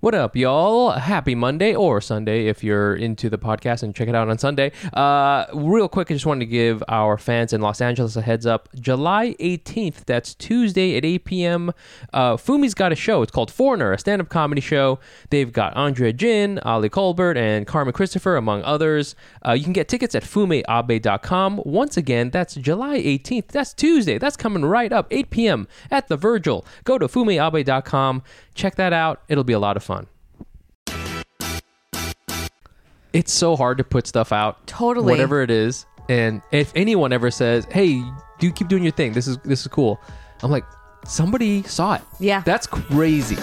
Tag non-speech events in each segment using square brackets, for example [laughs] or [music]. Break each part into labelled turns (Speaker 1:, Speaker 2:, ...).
Speaker 1: What up, y'all? Happy Monday or Sunday if you're into the podcast and check it out on Sunday. Uh, real quick, I just wanted to give our fans in Los Angeles a heads up. July 18th, that's Tuesday at 8 p.m., uh, Fumi's got a show. It's called Foreigner, a stand up comedy show. They've got Andrea Jin, Ali Colbert, and Carmen Christopher, among others. Uh, you can get tickets at fumeabe.com. Once again, that's July 18th. That's Tuesday. That's coming right up, 8 p.m. at the Virgil. Go to fumeabe.com. Check that out. It'll be a lot of fun. It's so hard to put stuff out.
Speaker 2: Totally.
Speaker 1: Whatever it is. And if anyone ever says, "Hey, do keep doing your thing. This is this is cool." I'm like, "Somebody saw it."
Speaker 2: Yeah.
Speaker 1: That's crazy.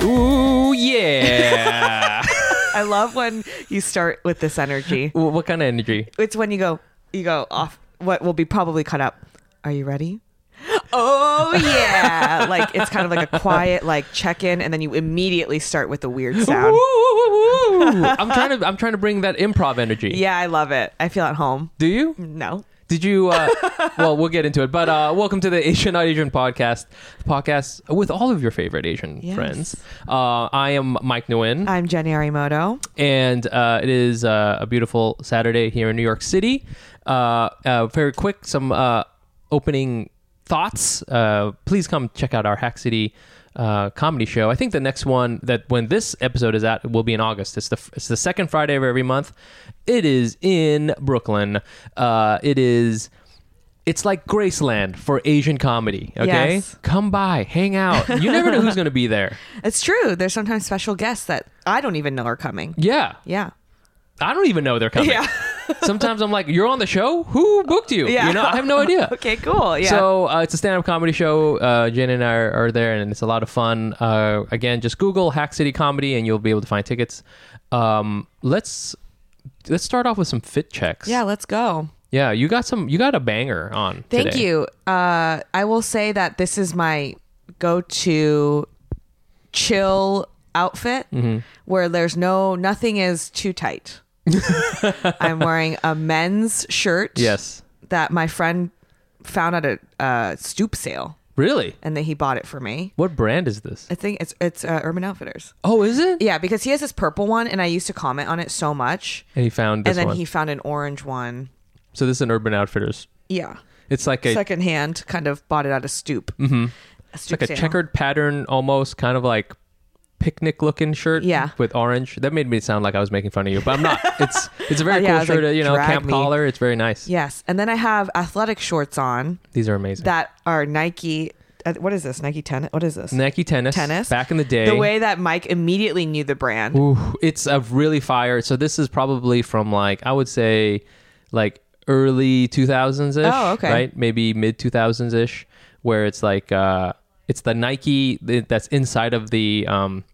Speaker 1: Ooh,
Speaker 2: [laughs]
Speaker 1: yeah.
Speaker 2: I love when you start with this energy.
Speaker 1: Wh- what kind of energy?
Speaker 2: It's when you go, you go off. What will be probably cut up. Are you ready? Oh yeah!
Speaker 1: [laughs]
Speaker 2: like it's kind of like a quiet like check in, and then you immediately start with the weird sound.
Speaker 1: I'm trying to I'm trying to bring that improv energy.
Speaker 2: Yeah, I love it. I feel at home.
Speaker 1: Do you?
Speaker 2: No.
Speaker 1: Did you? Uh, well, we'll get into it. But uh, welcome to the Asian Not Asian podcast, the podcast with all of your favorite Asian
Speaker 2: Yes.
Speaker 1: friends. Uh, I am Mike Nguyen,
Speaker 2: I'm Jenny Arimoto.
Speaker 1: and uh, it is uh, a beautiful Saturday here in New York City. Uh, uh, very quick, some uh, opening thoughts. Uh, please come check out our Hack City. Uh, comedy show. I think the next one that when this episode is out will be in August. It's the it's the second Friday of every month. It is in Brooklyn. Uh, it is it's like Graceland for Asian comedy. Okay,
Speaker 2: Yes.
Speaker 1: come by, hang out. You never know who's going to be there.
Speaker 2: It's true. There's sometimes special guests that I don't even know are coming.
Speaker 1: Yeah,
Speaker 2: Yeah.
Speaker 1: I don't even know they're coming.
Speaker 2: Yeah.
Speaker 1: Sometimes I'm like, you're on the show? Who booked you?
Speaker 2: Yeah.
Speaker 1: You know, I have
Speaker 2: [laughs]
Speaker 1: no idea.
Speaker 2: Okay. Cool. Yeah.
Speaker 1: So uh, it's a stand-up comedy show. Uh, Jen and I are, are there, and it's a lot of fun. Uh, again, just Google Hack City Comedy, and you'll be able to find tickets. Um, let's let's start off with some fit checks.
Speaker 2: yeah. Let's go.
Speaker 1: yeah. You got some. You got a banger on.
Speaker 2: Thank
Speaker 1: today.
Speaker 2: you. Uh, I will say that this is my go-to chill outfit
Speaker 1: Mm-hmm.
Speaker 2: where there's no nothing is
Speaker 1: [laughs]
Speaker 2: too tight. I'm wearing a men's shirt.
Speaker 1: Yes.
Speaker 2: That my friend found at a uh, stoop sale,
Speaker 1: Really?
Speaker 2: and then he bought it for me.
Speaker 1: What brand is this?
Speaker 2: I think it's it's uh, Urban Outfitters.
Speaker 1: Oh, is it?
Speaker 2: Yeah, because he has this purple one, and I used to comment on it so much.
Speaker 1: And he found this
Speaker 2: and then
Speaker 1: one.
Speaker 2: he found an orange one.
Speaker 1: so this is an Urban Outfitters.
Speaker 2: Yeah,
Speaker 1: It's like a
Speaker 2: secondhand, kind of bought it at a stoop. Mm-hmm. A
Speaker 1: it's
Speaker 2: stoop
Speaker 1: like a
Speaker 2: sale.
Speaker 1: checkered pattern, almost kind of like picnic looking shirt.
Speaker 2: Yeah.
Speaker 1: with orange. That made me sound like I was making fun of you, but I'm
Speaker 2: [laughs]
Speaker 1: not. It's it's a very
Speaker 2: Yeah, I
Speaker 1: cool
Speaker 2: was
Speaker 1: shirt.
Speaker 2: like,
Speaker 1: you know,
Speaker 2: drag
Speaker 1: camp
Speaker 2: me.
Speaker 1: collar. It's very nice.
Speaker 2: Yes, and then I have athletic shorts on
Speaker 1: These are amazing.
Speaker 2: that are Nike. Uh, what is this? Nike tennis? What is this?
Speaker 1: Nike tennis.
Speaker 2: tennis.
Speaker 1: Back in the day.
Speaker 2: The way that Mike immediately knew the brand.
Speaker 1: Ooh, it's a really fire. So this is probably from like I would say, like early 2000s ish.
Speaker 2: Oh, okay.
Speaker 1: Right, maybe mid 2000s ish, where it's like uh, it's the Nike th- that's inside of the um,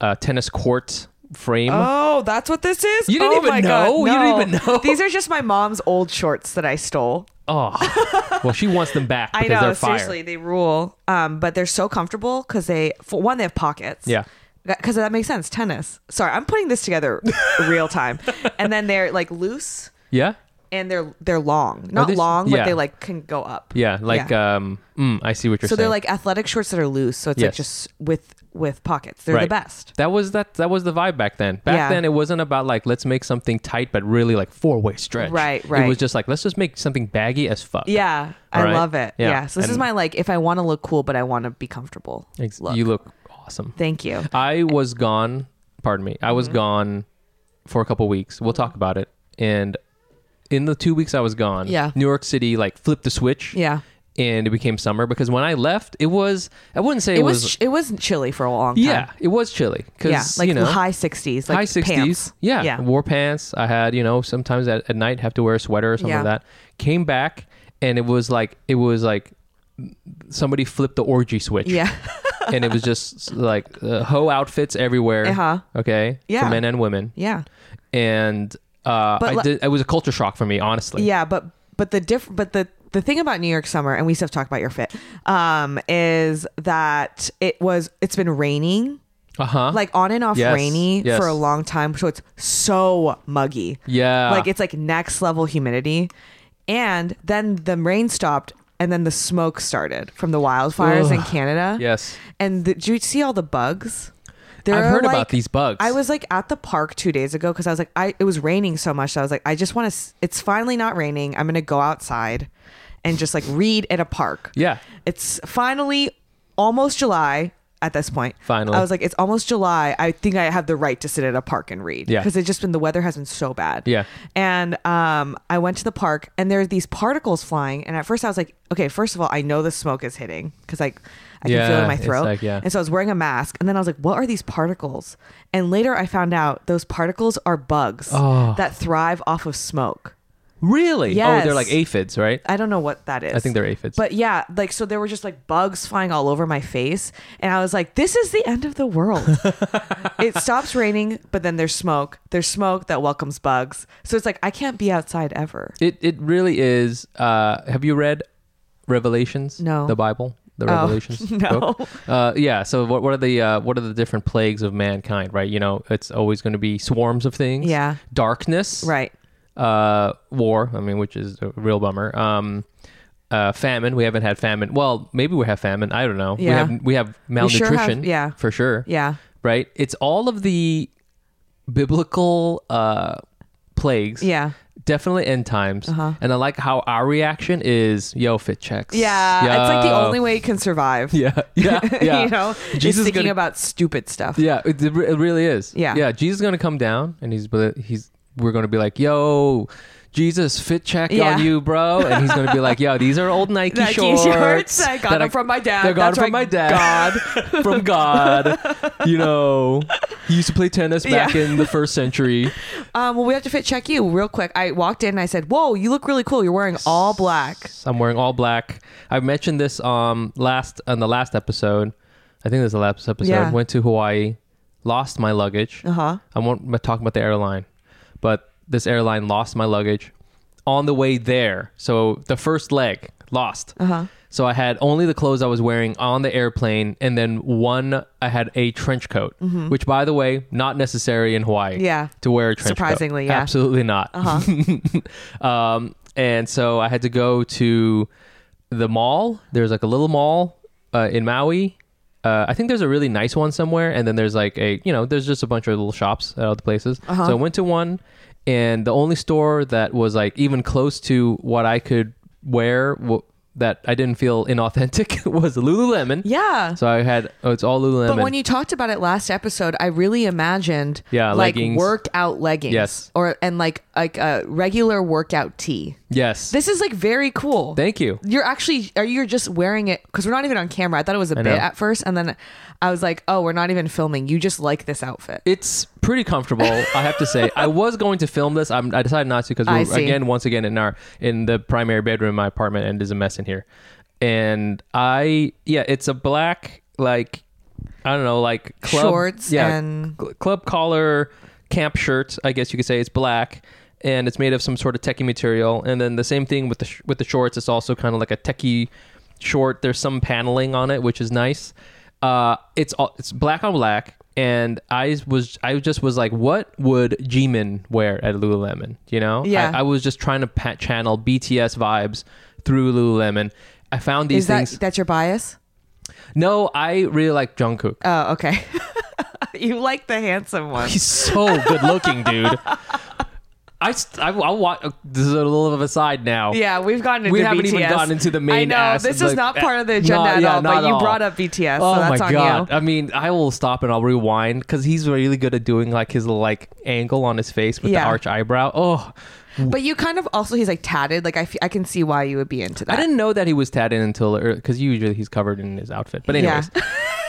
Speaker 1: uh, tennis court frame.
Speaker 2: Oh, that's what this is.
Speaker 1: You didn't
Speaker 2: Oh
Speaker 1: even
Speaker 2: my
Speaker 1: know?
Speaker 2: God,
Speaker 1: You didn't even
Speaker 2: no.
Speaker 1: know?
Speaker 2: These are just my mom's old shorts that I stole. [laughs]
Speaker 1: Oh, well, she wants them back
Speaker 2: I
Speaker 1: because
Speaker 2: know,
Speaker 1: they're fire.
Speaker 2: seriously, they rule. Um, but they're so comfortable because they, for one, they have pockets.
Speaker 1: Yeah.
Speaker 2: Because that makes sense. Tennis. Sorry, I'm putting
Speaker 1: [laughs]
Speaker 2: this together real time. and then they're like loose
Speaker 1: Yeah,
Speaker 2: and they're they're long, not
Speaker 1: they s-
Speaker 2: long,
Speaker 1: yeah.
Speaker 2: but they like can go up.
Speaker 1: yeah. Like, um, mm, I see what you're
Speaker 2: So
Speaker 1: saying.
Speaker 2: they're like athletic shorts that are loose. So it's
Speaker 1: Yes.
Speaker 2: like just with with pockets. They're the
Speaker 1: Right.
Speaker 2: best.
Speaker 1: That was that. That was the vibe back then. Back
Speaker 2: Yeah.
Speaker 1: then, it wasn't about like let's make something tight, but really like four way stretch.
Speaker 2: Right,
Speaker 1: It
Speaker 2: right.
Speaker 1: was just like let's just make something baggy as fuck.
Speaker 2: Yeah, I
Speaker 1: All right.
Speaker 2: love it.
Speaker 1: Yeah.
Speaker 2: Yeah. So this is
Speaker 1: And-
Speaker 2: my like if I want to look cool, but I want to be comfortable.
Speaker 1: Ex-
Speaker 2: look.
Speaker 1: you look awesome.
Speaker 2: Thank you.
Speaker 1: I was gone. Pardon me. I was
Speaker 2: Mm-hmm.
Speaker 1: gone for a couple weeks. We'll talk about it. And in the two weeks I was gone,
Speaker 2: Yeah.
Speaker 1: New York City like flipped the switch.
Speaker 2: Yeah.
Speaker 1: And it became summer because when I left, it was I wouldn't say it,
Speaker 2: It, was, it was chilly for a long time.
Speaker 1: yeah it was chilly because
Speaker 2: Yeah, like
Speaker 1: you know
Speaker 2: high sixties, like
Speaker 1: high 60s.
Speaker 2: Pants.
Speaker 1: Yeah.
Speaker 2: yeah,
Speaker 1: Wore pants. I had, you know, sometimes at, at night have to wear a sweater or something
Speaker 2: Yeah.
Speaker 1: like that. Came back and it was like, it was like somebody flipped the orgy switch. [laughs]
Speaker 2: yeah.
Speaker 1: and it was just like uh, hoe outfits everywhere.
Speaker 2: Uh-huh.
Speaker 1: Okay.
Speaker 2: Yeah.
Speaker 1: For men and women.
Speaker 2: yeah,
Speaker 1: And uh,
Speaker 2: But
Speaker 1: I
Speaker 2: le-
Speaker 1: did, it was a culture shock for me, honestly.
Speaker 2: yeah. But but the diff but the the thing about New York summer, and we still have to talk about your fit, um, is that it was it's been raining
Speaker 1: Uh huh.
Speaker 2: like on and off
Speaker 1: Yes,
Speaker 2: rainy
Speaker 1: yes.
Speaker 2: for a long time so it's so muggy
Speaker 1: yeah.
Speaker 2: like it's like next level humidity and then the rain stopped and then the smoke started from the wildfires in canada
Speaker 1: yes.
Speaker 2: and the, did you see all the bugs there
Speaker 1: I've
Speaker 2: are,
Speaker 1: heard about
Speaker 2: like-
Speaker 1: these bugs.
Speaker 2: I was like at the park two days ago because I was like, I it was raining so much. That I was like, I just want to. It's finally not raining. I'm gonna go outside, and just like read at a park.
Speaker 1: Yeah.
Speaker 2: It's finally almost July at this point.
Speaker 1: Finally.
Speaker 2: I was like, it's almost July. I think I have the right to sit at a park and read.
Speaker 1: Yeah.
Speaker 2: Because it's just been the weather has been so bad.
Speaker 1: Yeah.
Speaker 2: And um, I went to the park and there are these particles flying. And at first I was like, okay, first of all, I know the smoke is hitting because like I can feel it
Speaker 1: Yeah,
Speaker 2: in my
Speaker 1: it's
Speaker 2: throat.
Speaker 1: like- yeah.
Speaker 2: And so I was wearing a mask. And then I was like, what are these particles? And later I found out those particles are bugs
Speaker 1: Oh.
Speaker 2: that thrive off of smoke.
Speaker 1: Really? Oh, they're
Speaker 2: Yes.
Speaker 1: like aphids, right?
Speaker 2: I don't know what that is.
Speaker 1: I think they're aphids.
Speaker 2: But yeah, like so there were just like bugs flying all over my face and I was like this is the end of the
Speaker 1: [laughs]
Speaker 2: world. it stops raining, but then there's smoke. There's smoke that welcomes bugs. So it's like I can't be outside ever.
Speaker 1: It it really is. Uh, have you read Revelations?
Speaker 2: No.
Speaker 1: The Bible. The
Speaker 2: Oh, [laughs]
Speaker 1: Revelations.
Speaker 2: no.
Speaker 1: book? Uh, yeah. So what, what are the uh, what are the different plagues of mankind? Right. You know, it's always going to be swarms of things.
Speaker 2: Yeah.
Speaker 1: Darkness.
Speaker 2: Right.
Speaker 1: Uh, war. I mean, which is a real bummer. Um, uh, famine. We haven't had famine. Well, maybe we have famine. I don't know. We
Speaker 2: Yeah.
Speaker 1: have we have
Speaker 2: We sure
Speaker 1: malnutrition.
Speaker 2: have- yeah.
Speaker 1: For sure
Speaker 2: Yeah.
Speaker 1: right? It's all of the biblical uh, plagues.
Speaker 2: Yeah.
Speaker 1: Definitely end times.
Speaker 2: Uh-huh.
Speaker 1: And I like how our reaction is yo, fit checks.
Speaker 2: Yeah. It's like the
Speaker 1: Yo.
Speaker 2: only way you can
Speaker 1: [laughs]
Speaker 2: survive.
Speaker 1: Yeah. Yeah. Yeah.
Speaker 2: [laughs] you know,
Speaker 1: Jesus
Speaker 2: is thinking
Speaker 1: gonna-
Speaker 2: about stupid stuff. [laughs]
Speaker 1: Yeah. It, it re- it really is.
Speaker 2: Yeah.
Speaker 1: Yeah. Jesus is going to come down and he's, he's, we're going to be like, yo, Jesus, fit check
Speaker 2: Yeah.
Speaker 1: on you, bro. And he's going to be like, yo, these are old Nike,
Speaker 2: Nike shorts. I got
Speaker 1: that
Speaker 2: them from my dad.
Speaker 1: I got them
Speaker 2: That's
Speaker 1: from
Speaker 2: right.
Speaker 1: my dad. God. from God. You know, he used to play
Speaker 2: [laughs]
Speaker 1: tennis back in the first century.
Speaker 2: Um, well, we have to fit check you real quick. I walked in and I said, "Whoa, you look really cool. You're wearing all black."
Speaker 1: I'm wearing all black. I mentioned this um last on the last episode. I think it was the last episode.
Speaker 2: Yeah.
Speaker 1: Went to Hawaii, lost my luggage.
Speaker 2: Uh huh.
Speaker 1: I won't be talking about the airline, but this airline lost my luggage on the way there. So the first leg lost.
Speaker 2: Uh-huh.
Speaker 1: So I had only the clothes I was wearing on the airplane, and then one I had a trench coat,
Speaker 2: Mm-hmm.
Speaker 1: which, by the way, not necessary in Hawaii.
Speaker 2: Yeah.
Speaker 1: to wear a trench coat.
Speaker 2: Surprisingly, yeah. Uh-huh.
Speaker 1: absolutely not. [laughs] um, and so I had to go to the mall. There's like a little mall uh, in Maui. Uh, I think there's a really nice one somewhere, and then there's like a you know there's just a bunch of little shops at other places.
Speaker 2: Uh-huh.
Speaker 1: So I went to one, and the only store that was like even close to what I could wear w- that I didn't feel inauthentic [laughs] was Lululemon.
Speaker 2: Yeah.
Speaker 1: So I had oh it's all Lululemon.
Speaker 2: But when you talked about it last episode, I really imagined
Speaker 1: Yeah,
Speaker 2: like
Speaker 1: leggings.
Speaker 2: workout leggings.
Speaker 1: Yes.
Speaker 2: Or and like like a regular workout tee.
Speaker 1: yes,
Speaker 2: This is like very cool.
Speaker 1: thank you.
Speaker 2: you're actually are you're just wearing it because we're not even on camera. I thought it was a
Speaker 1: know.
Speaker 2: bit at first, and then I was like, oh, we're not even filming. You just like this outfit.
Speaker 1: It's pretty comfortable, I have to say. I was going to film this. I'm, I decided not to because
Speaker 2: I
Speaker 1: we're
Speaker 2: see.
Speaker 1: again, once again, in our in the primary bedroom, in my apartment, and there's a mess in here. And I, yeah, it's a black like I don't know, like club
Speaker 2: Shorts
Speaker 1: yeah,
Speaker 2: and-
Speaker 1: cl- club collar camp shirt. I guess you could say it's black. And it's made of some sort of techie material, and then the same thing with the sh- with the shorts. It's also kind of like a techie short. There's some paneling on it, which is nice. Uh, it's all, it's black on black, and I was I just was like, what would Jimin wear at Lululemon? You know,
Speaker 2: Yeah.
Speaker 1: I, I was just trying to pa- channel BTS vibes through Lululemon. I found these
Speaker 2: Is that
Speaker 1: things.
Speaker 2: that's your bias?
Speaker 1: no, I really like Jungkook.
Speaker 2: Oh, okay. [laughs] you like the
Speaker 1: [laughs]
Speaker 2: handsome one.
Speaker 1: He's so good looking, dude. I st- I, I want this is a little of a side now.
Speaker 2: Yeah, we've gotten into
Speaker 1: We haven't
Speaker 2: BTS.
Speaker 1: even gotten into the
Speaker 2: I
Speaker 1: main
Speaker 2: know
Speaker 1: ass,
Speaker 2: this is
Speaker 1: like, eh,
Speaker 2: not part of the
Speaker 1: not-
Speaker 2: agenda at
Speaker 1: yeah,
Speaker 2: all,
Speaker 1: not
Speaker 2: but
Speaker 1: at
Speaker 2: you
Speaker 1: all.
Speaker 2: brought up BTS,
Speaker 1: oh
Speaker 2: so that's
Speaker 1: my
Speaker 2: on
Speaker 1: god!
Speaker 2: you.
Speaker 1: I mean, I will stop and I'll rewind because he's really good at doing like his like angle on his face with
Speaker 2: Yeah.
Speaker 1: the arch eyebrow. Oh,
Speaker 2: But you kind of also he's like tatted. Like I, f- I can see why you would be into that.
Speaker 1: I didn't know that he was tatted until because usually he's covered in his outfit. But
Speaker 2: Yeah.
Speaker 1: anyways,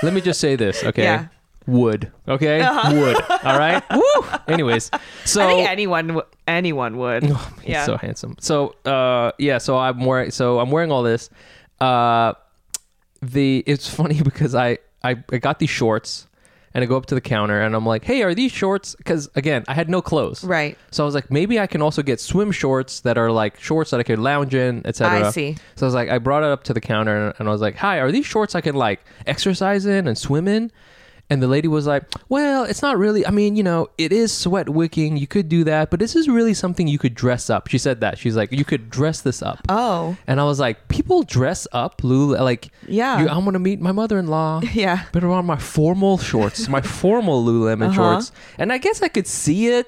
Speaker 1: let me just say this, okay?
Speaker 2: Yeah. Uh-huh.
Speaker 1: Wood, okay? Wood. All
Speaker 2: [laughs]
Speaker 1: right. Woo. Anyways, so
Speaker 2: I think anyone w-
Speaker 1: [laughs]
Speaker 2: anyone would.
Speaker 1: Oh, He's so handsome. So uh yeah, so I'm wearing so I'm wearing all this. Uh the it's [laughs] funny because I I, I got these shorts and I go up to the counter and I'm like, "Hey, are these shorts?" Cuz again, I had no clothes.
Speaker 2: Right.
Speaker 1: So I was like, "Maybe I can also get swim shorts that are like shorts that I could lounge in, etc."
Speaker 2: I see.
Speaker 1: So I was like, I brought it up to the counter and, and I was like, "Hi, are these shorts I can like exercise in and swim in?" And the lady was like, "Well, it's not really. I mean, you know, it is sweat wicking. You could do that, but this is really something you could dress up." She said that. She's like, "You could dress this up."
Speaker 2: Oh,
Speaker 1: And I was like, "People dress up, Lou. Like,
Speaker 2: Yeah.
Speaker 1: you, I'm gonna meet my
Speaker 2: [laughs]
Speaker 1: mother-in-law.
Speaker 2: Yeah.
Speaker 1: but on my formal shorts, my formal
Speaker 2: Uh-huh.
Speaker 1: Lululemon shorts. And I guess I could see it.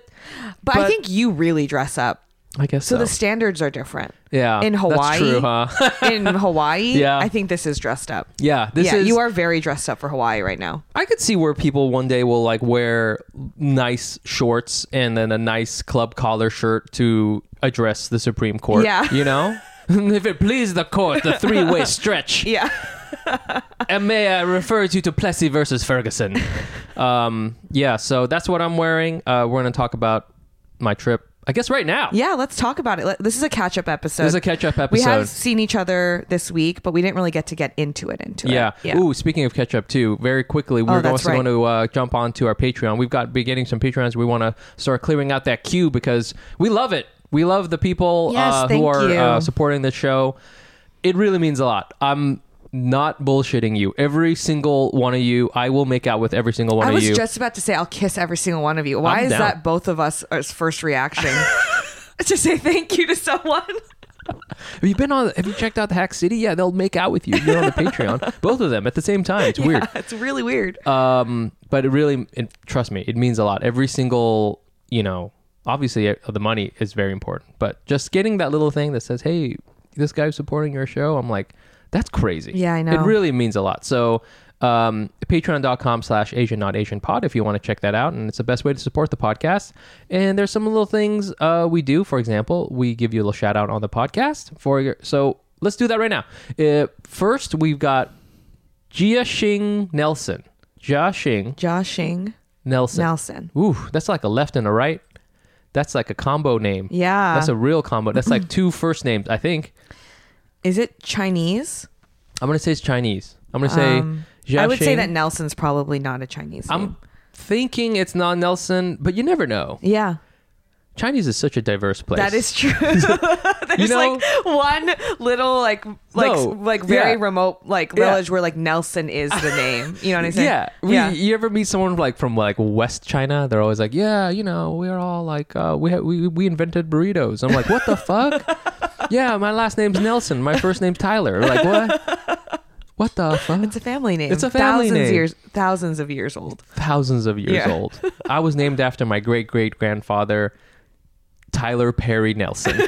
Speaker 2: but, I
Speaker 1: But-
Speaker 2: think you really dress up.
Speaker 1: I guess
Speaker 2: So
Speaker 1: so.
Speaker 2: the standards are different.
Speaker 1: yeah,
Speaker 2: in
Speaker 1: That's
Speaker 2: Hawaii,
Speaker 1: true, huh? [laughs]
Speaker 2: in Hawaii,
Speaker 1: Yeah.
Speaker 2: I think this is dressed up.
Speaker 1: yeah, this
Speaker 2: yeah,
Speaker 1: is.
Speaker 2: you are very dressed up for Hawaii right now.
Speaker 1: I could see where people one day will like wear nice shorts and then a nice club collar shirt to address the Supreme Court.
Speaker 2: Yeah.
Speaker 1: You
Speaker 2: [laughs]
Speaker 1: know? [laughs] if it please the court, the three way stretch.
Speaker 2: Yeah.
Speaker 1: And may I refer you to Plessy versus Ferguson.
Speaker 2: [laughs]
Speaker 1: Um, yeah, so that's what I'm wearing. Uh, we're going to talk about my trip, I guess, right now.
Speaker 2: Yeah, let's talk about it. Let- This is a catch up episode.
Speaker 1: This is a catch up episode.
Speaker 2: We have seen each other this week, but we didn't really get to get into it. Into
Speaker 1: Yeah.
Speaker 2: it.
Speaker 1: Ooh, speaking of catch up too, very quickly,
Speaker 2: Oh,
Speaker 1: we're
Speaker 2: that's
Speaker 1: also
Speaker 2: right.
Speaker 1: going to uh, jump onto our Patreon. We've got be getting some Patreons. We want to start clearing out that queue because we love it. We love the people
Speaker 2: Yes,
Speaker 1: uh, who
Speaker 2: thank
Speaker 1: are
Speaker 2: you.
Speaker 1: uh, supporting the show. It really means a lot. I'm not bullshitting you. Every single one of you, I will make out with every single one
Speaker 2: I
Speaker 1: of
Speaker 2: was
Speaker 1: you.
Speaker 2: just about to say I'll kiss every single one of you. Why
Speaker 1: I'm
Speaker 2: is
Speaker 1: down.
Speaker 2: that both of us as first
Speaker 1: [laughs]
Speaker 2: reaction? to say thank you to someone.
Speaker 1: have you been on? Have you checked out the Hack City? Yeah, they'll make out with you. You're on
Speaker 2: [laughs]
Speaker 1: the Patreon. Both of them at the same time. It's weird.
Speaker 2: it's really weird.
Speaker 1: Um, but it really, it, trust me, it means a lot. Every single, you know, obviously uh, the money is very important, but just getting that little thing that says, "Hey, this guy's supporting your show," I'm like, that's crazy.
Speaker 2: Yeah, I
Speaker 1: It
Speaker 2: know.
Speaker 1: really means a lot. So. Um, patreon.com slash asian not asian pod if you want to check that out and it's the best way to support the podcast and there's some little things uh, we do for example we give you a little shout out on the podcast for your so let's do that right now uh, first we've got Jia Shing Nelson. Jia Shing
Speaker 2: Joshing
Speaker 1: Nelson.
Speaker 2: Nelson.
Speaker 1: Ooh, that's like a left and a right. That's like a combo name.
Speaker 2: Yeah.
Speaker 1: That's a real combo. That's
Speaker 2: [laughs]
Speaker 1: like two first names, I think.
Speaker 2: is it Chinese?
Speaker 1: I'm going to say it's Chinese. I'm going to say
Speaker 2: Um,
Speaker 1: Jia
Speaker 2: I would say
Speaker 1: Shing.
Speaker 2: that Nelson's probably not a Chinese name.
Speaker 1: I'm thinking it's not Nelson, but you never know.
Speaker 2: yeah,
Speaker 1: Chinese is such a diverse place.
Speaker 2: that is
Speaker 1: [laughs]
Speaker 2: [laughs] true. There's
Speaker 1: You know-
Speaker 2: like one little like like
Speaker 1: No,
Speaker 2: like very
Speaker 1: yeah.
Speaker 2: remote like
Speaker 1: Yeah.
Speaker 2: village where like Nelson is the name. You know
Speaker 1: [laughs]
Speaker 2: what I'm saying?
Speaker 1: Yeah. We, You ever meet someone like from like West China? They're always like, yeah, you know, we're all like, uh, we, ha- we we invented burritos. I'm like, what the
Speaker 2: [laughs]
Speaker 1: fuck? yeah, my last name's Nelson. My first name's Tyler. Like what? What the fuck?
Speaker 2: [laughs] It's a family name.
Speaker 1: It's a family
Speaker 2: thousands
Speaker 1: name.
Speaker 2: years thousands of years old.
Speaker 1: Thousands of years
Speaker 2: Yeah.
Speaker 1: old. I was named after my great great grandfather, Tyler Perry
Speaker 2: [laughs]
Speaker 1: Nelson.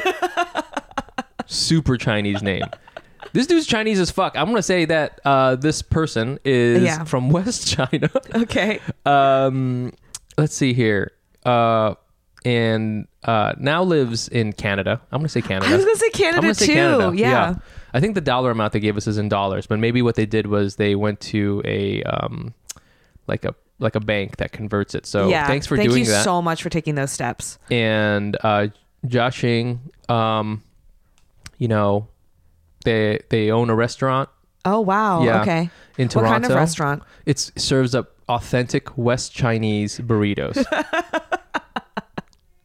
Speaker 1: Super Chinese name. This dude's Chinese as fuck. I'm gonna say that uh, this person is
Speaker 2: Yeah.
Speaker 1: from West China.
Speaker 2: Okay.
Speaker 1: um let's see here uh and uh now lives in canada i'm gonna say canada
Speaker 2: [laughs] I was gonna say Canada
Speaker 1: I'm gonna say
Speaker 2: too.
Speaker 1: Canada.
Speaker 2: Yeah.
Speaker 1: i think the dollar amount they gave us is in dollars but maybe what they did was they went to a um like a like a bank that converts it so
Speaker 2: yeah.
Speaker 1: thanks for
Speaker 2: Thank
Speaker 1: doing
Speaker 2: you
Speaker 1: that
Speaker 2: so much for taking those steps.
Speaker 1: and uh joshing um you know they they own a restaurant
Speaker 2: Oh wow.
Speaker 1: Yeah.
Speaker 2: Okay.
Speaker 1: in
Speaker 2: What
Speaker 1: toronto
Speaker 2: kind of restaurant?
Speaker 1: it serves up authentic West Chinese
Speaker 2: [laughs]
Speaker 1: burritos.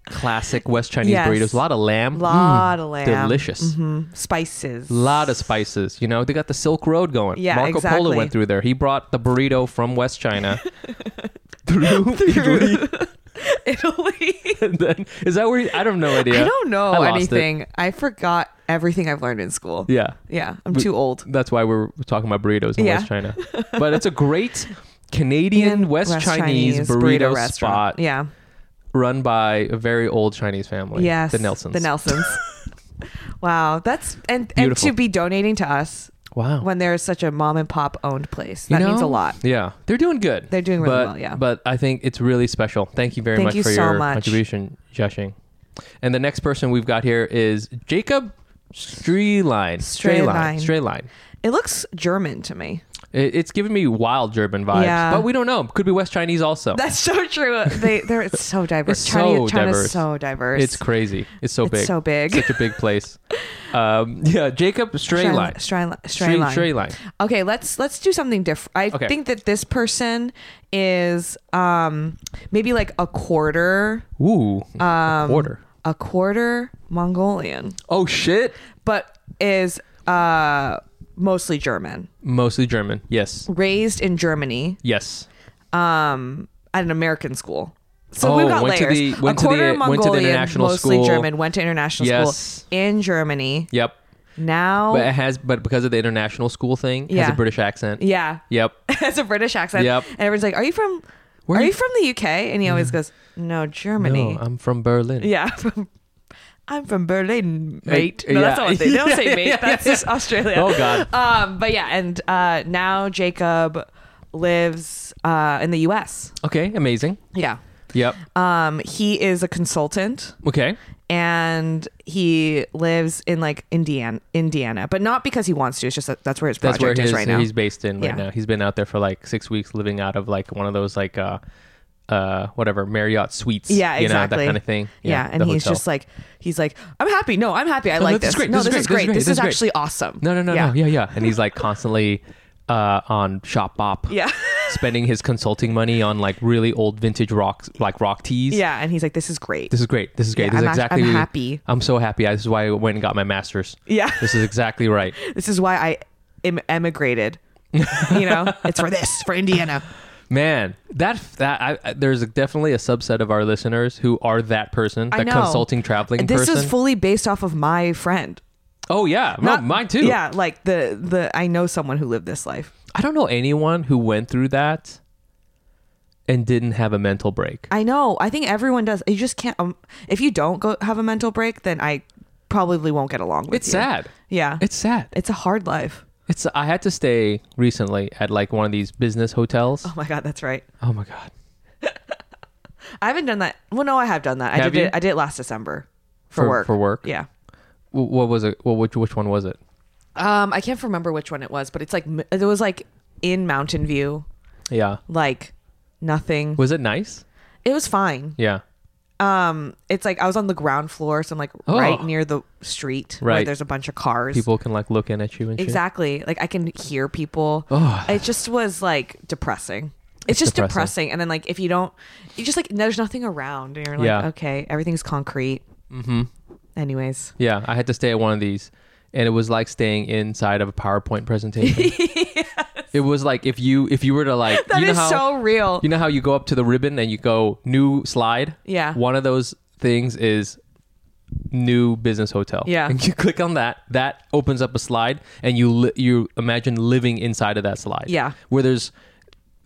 Speaker 1: Classic West Chinese
Speaker 2: Yes.
Speaker 1: burritos. A lot of lamb. Mm,
Speaker 2: Lot of lamb.
Speaker 1: Delicious.
Speaker 2: Mhm. Spices.
Speaker 1: A lot of spices. You know, they got the Silk Road going.
Speaker 2: Yeah,
Speaker 1: Marco Polo
Speaker 2: exactly.
Speaker 1: went through there. He brought the burrito from West
Speaker 2: [laughs]
Speaker 1: China through, Italy.
Speaker 2: [laughs] Italy.
Speaker 1: [laughs] And then, is that where he, I don't know idea.
Speaker 2: I don't know
Speaker 1: I lost it.
Speaker 2: anything. I forgot everything I've learned in school. Yeah,
Speaker 1: Yeah.
Speaker 2: I'm too old.
Speaker 1: That's why we're talking about burritos in
Speaker 2: Yeah.
Speaker 1: West China. But it's a great Canadian West, Chinese, burrito, spot.
Speaker 2: Yeah.
Speaker 1: run by a very old Chinese family.
Speaker 2: Yes.
Speaker 1: the Nelsons. [laughs]
Speaker 2: The Nelsons. wow, that's and and
Speaker 1: Beautiful.
Speaker 2: to be donating to us
Speaker 1: Wow,
Speaker 2: when there's such a mom and pop owned place
Speaker 1: You
Speaker 2: that means a
Speaker 1: know,
Speaker 2: lot.
Speaker 1: Yeah, they're doing good.
Speaker 2: They're doing really
Speaker 1: But-
Speaker 2: well, yeah.
Speaker 1: but I think it's really special. Thank you very
Speaker 2: Thank
Speaker 1: much
Speaker 2: you
Speaker 1: for
Speaker 2: so
Speaker 1: your
Speaker 2: much.
Speaker 1: contribution, Jiaxing. And the next person we've got here is Jacob Streline.
Speaker 2: Streline.
Speaker 1: Streline.
Speaker 2: It looks German to me.
Speaker 1: It, it's giving me wild German vibes,
Speaker 2: Yeah.
Speaker 1: but we don't know. Could be West Chinese also.
Speaker 2: That's so true. They they're it's so diverse.
Speaker 1: Oh. It's
Speaker 2: China,
Speaker 1: so
Speaker 2: China's
Speaker 1: diverse.
Speaker 2: so diverse.
Speaker 1: it's crazy. It's so
Speaker 2: It's
Speaker 1: big.
Speaker 2: so big.
Speaker 1: Such a big
Speaker 2: [laughs]
Speaker 1: place. Um, yeah, Jacob Streline.
Speaker 2: Strayline.
Speaker 1: Stre-
Speaker 2: Strayline.
Speaker 1: Streline.
Speaker 2: Okay, let's let's do something different. I
Speaker 1: Okay.
Speaker 2: think that this person is um maybe like a quarter
Speaker 1: Ooh, a
Speaker 2: Um,
Speaker 1: quarter.
Speaker 2: a quarter Mongolian,
Speaker 1: Oh shit.
Speaker 2: but is uh mostly German.
Speaker 1: Mostly German. Yes.
Speaker 2: Raised in Germany,
Speaker 1: Yes.
Speaker 2: um, at an American school. So
Speaker 1: Oh,
Speaker 2: we've got
Speaker 1: went to
Speaker 2: layers.
Speaker 1: the- went to
Speaker 2: a
Speaker 1: the-
Speaker 2: quarter
Speaker 1: went to the
Speaker 2: Mongolian,
Speaker 1: international
Speaker 2: mostly
Speaker 1: school.
Speaker 2: German, went to international
Speaker 1: Yes.
Speaker 2: school in Germany.
Speaker 1: Yep.
Speaker 2: Now,
Speaker 1: But it has, but because of the international school thing, it has
Speaker 2: Oh. Yeah.
Speaker 1: a British accent.
Speaker 2: yeah, [laughs]
Speaker 1: Yep.
Speaker 2: it's a British accent.
Speaker 1: Yep.
Speaker 2: And everyone's like, "Are you from?
Speaker 1: Where
Speaker 2: are
Speaker 1: you- Mm.
Speaker 2: you from the UK?" And he always goes, "No, Germany."
Speaker 1: No, uh I'm from Berlin.
Speaker 2: [laughs] yeah. [laughs] From, I'm from Berlin, mate.
Speaker 1: Hey,
Speaker 2: no,
Speaker 1: yeah.
Speaker 2: that's not what they, they don't say,
Speaker 1: [laughs] Yeah,
Speaker 2: mate.
Speaker 1: yeah,
Speaker 2: that's
Speaker 1: yeah.
Speaker 2: just Australia.
Speaker 1: Oh God.
Speaker 2: Um, but yeah, and uh, now Jacob lives uh, in the U.S.
Speaker 1: Okay. Amazing.
Speaker 2: Yeah.
Speaker 1: Yep.
Speaker 2: Um, he is a consultant
Speaker 1: Okay.
Speaker 2: and he lives in like Indiana, Indiana, but not because he wants to. It's just that that's where his
Speaker 1: That's
Speaker 2: project
Speaker 1: where his,
Speaker 2: is right now.
Speaker 1: he's based in right
Speaker 2: Yeah.
Speaker 1: now. He's been out there for like six weeks, living out of like one of those like uh, uh, whatever Marriott suites.
Speaker 2: yeah,
Speaker 1: you know,
Speaker 2: exactly.
Speaker 1: that kind of thing.
Speaker 2: Yeah, and
Speaker 1: the
Speaker 2: he's
Speaker 1: hotel.
Speaker 2: just like, he's like, I'm happy. No, I'm happy. I
Speaker 1: no,
Speaker 2: like
Speaker 1: this is
Speaker 2: this.
Speaker 1: great.
Speaker 2: No,
Speaker 1: This is
Speaker 2: this is
Speaker 1: great.
Speaker 2: great.
Speaker 1: This
Speaker 2: This
Speaker 1: is
Speaker 2: is
Speaker 1: great.
Speaker 2: actually awesome.
Speaker 1: no, no, no,
Speaker 2: Yeah.
Speaker 1: no, yeah, yeah, and he's like constantly uh, on Shop Bop.
Speaker 2: Yeah. [laughs]
Speaker 1: spending his consulting money on like really old vintage rocks, like rock tees.
Speaker 2: Yeah, and he's like, this is great.
Speaker 1: This is great. This is great. this
Speaker 2: Yeah, I'm
Speaker 1: is
Speaker 2: act-
Speaker 1: exactly.
Speaker 2: I'm happy.
Speaker 1: I'm so happy. This is why I went and got my master's.
Speaker 2: [laughs] Yeah.
Speaker 1: This is exactly
Speaker 2: [laughs]
Speaker 1: right.
Speaker 2: This is why I em-
Speaker 1: [laughs]
Speaker 2: emigrated. you know, it's for this, for Indiana.
Speaker 1: Man, that that I, I- there's definitely a subset of our listeners who are that person,
Speaker 2: I
Speaker 1: that
Speaker 2: know.
Speaker 1: consulting traveling
Speaker 2: This
Speaker 1: person.
Speaker 2: is fully based off of my friend.
Speaker 1: oh yeah, No, mine too.
Speaker 2: Yeah, like the the I know someone who lived this life.
Speaker 1: I don't know anyone who went through that and didn't have a mental break.
Speaker 2: I know. I think everyone does. You just can't. Um, if you don't go have a mental break, then I probably won't get along with
Speaker 1: It's
Speaker 2: you.
Speaker 1: sad.
Speaker 2: Yeah,
Speaker 1: It's sad.
Speaker 2: it's a hard life.
Speaker 1: It's I had to stay recently at like one of these business hotels.
Speaker 2: Oh my god, that's right.
Speaker 1: Oh my god.
Speaker 2: I haven't done that. Well, no, I have done that. I
Speaker 1: Have
Speaker 2: did.
Speaker 1: you?
Speaker 2: It, I did it last December for,
Speaker 1: For-
Speaker 2: work.
Speaker 1: for work?
Speaker 2: Yeah.
Speaker 1: W- What was it? Well, which which one was it?
Speaker 2: Um, I can't remember which one it was, but it's like m- it was like in Mountain View,
Speaker 1: Yeah.
Speaker 2: like nothing.
Speaker 1: Was it nice?
Speaker 2: It was fine.
Speaker 1: Yeah.
Speaker 2: Um, it's like I was on the ground floor, so I'm like
Speaker 1: Oh.
Speaker 2: right near the street where
Speaker 1: Right.
Speaker 2: there's a bunch of cars.
Speaker 1: People can like look in at you and shit.
Speaker 2: Exactly. Like I can hear people.
Speaker 1: Oh.
Speaker 2: It just was like depressing.
Speaker 1: It's
Speaker 2: It's just
Speaker 1: depressing.
Speaker 2: depressing. And then like if you don't, you just like there's nothing around, and you're like,
Speaker 1: Yeah.
Speaker 2: okay, everything's concrete. Mm-hmm. Anyways,
Speaker 1: Yeah, I had to stay at one of these, and it was like staying inside of a PowerPoint
Speaker 2: [laughs]
Speaker 1: presentation. It was like if you if you were to like
Speaker 2: that
Speaker 1: you
Speaker 2: is
Speaker 1: know how
Speaker 2: so real.
Speaker 1: you know how you go up to the ribbon and you go new slide.
Speaker 2: Yeah.
Speaker 1: one of those things is new business hotel.
Speaker 2: Yeah.
Speaker 1: and you [laughs] click on that. That opens up a slide, and you li- you imagine living inside of that slide.
Speaker 2: Yeah.
Speaker 1: where there's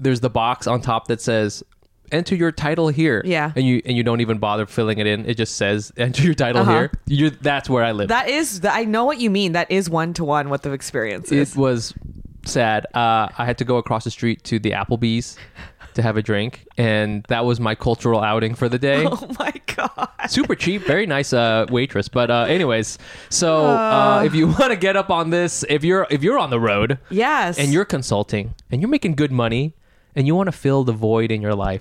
Speaker 1: there's the box on top that says. Enter your title here.
Speaker 2: Yeah.
Speaker 1: and you and you don't even bother filling it in. It just says enter your title
Speaker 2: Uh-huh.
Speaker 1: here. You're that's where I live.
Speaker 2: that is. th- I know what you mean. That is one to one what the experience is. [laughs]
Speaker 1: It was sad. Uh, I had to go across the street to the
Speaker 2: [laughs]
Speaker 1: Applebee's to have a drink, and that was my cultural outing for the day.
Speaker 2: oh my god.
Speaker 1: Super cheap, very nice uh, waitress. But uh, anyways, so uh, if you [laughs] want to get up on this, if you're if you're on the road
Speaker 2: Oh. Yes.
Speaker 1: and you're consulting and you're making good money and you want to fill the void in your
Speaker 2: [laughs]
Speaker 1: life,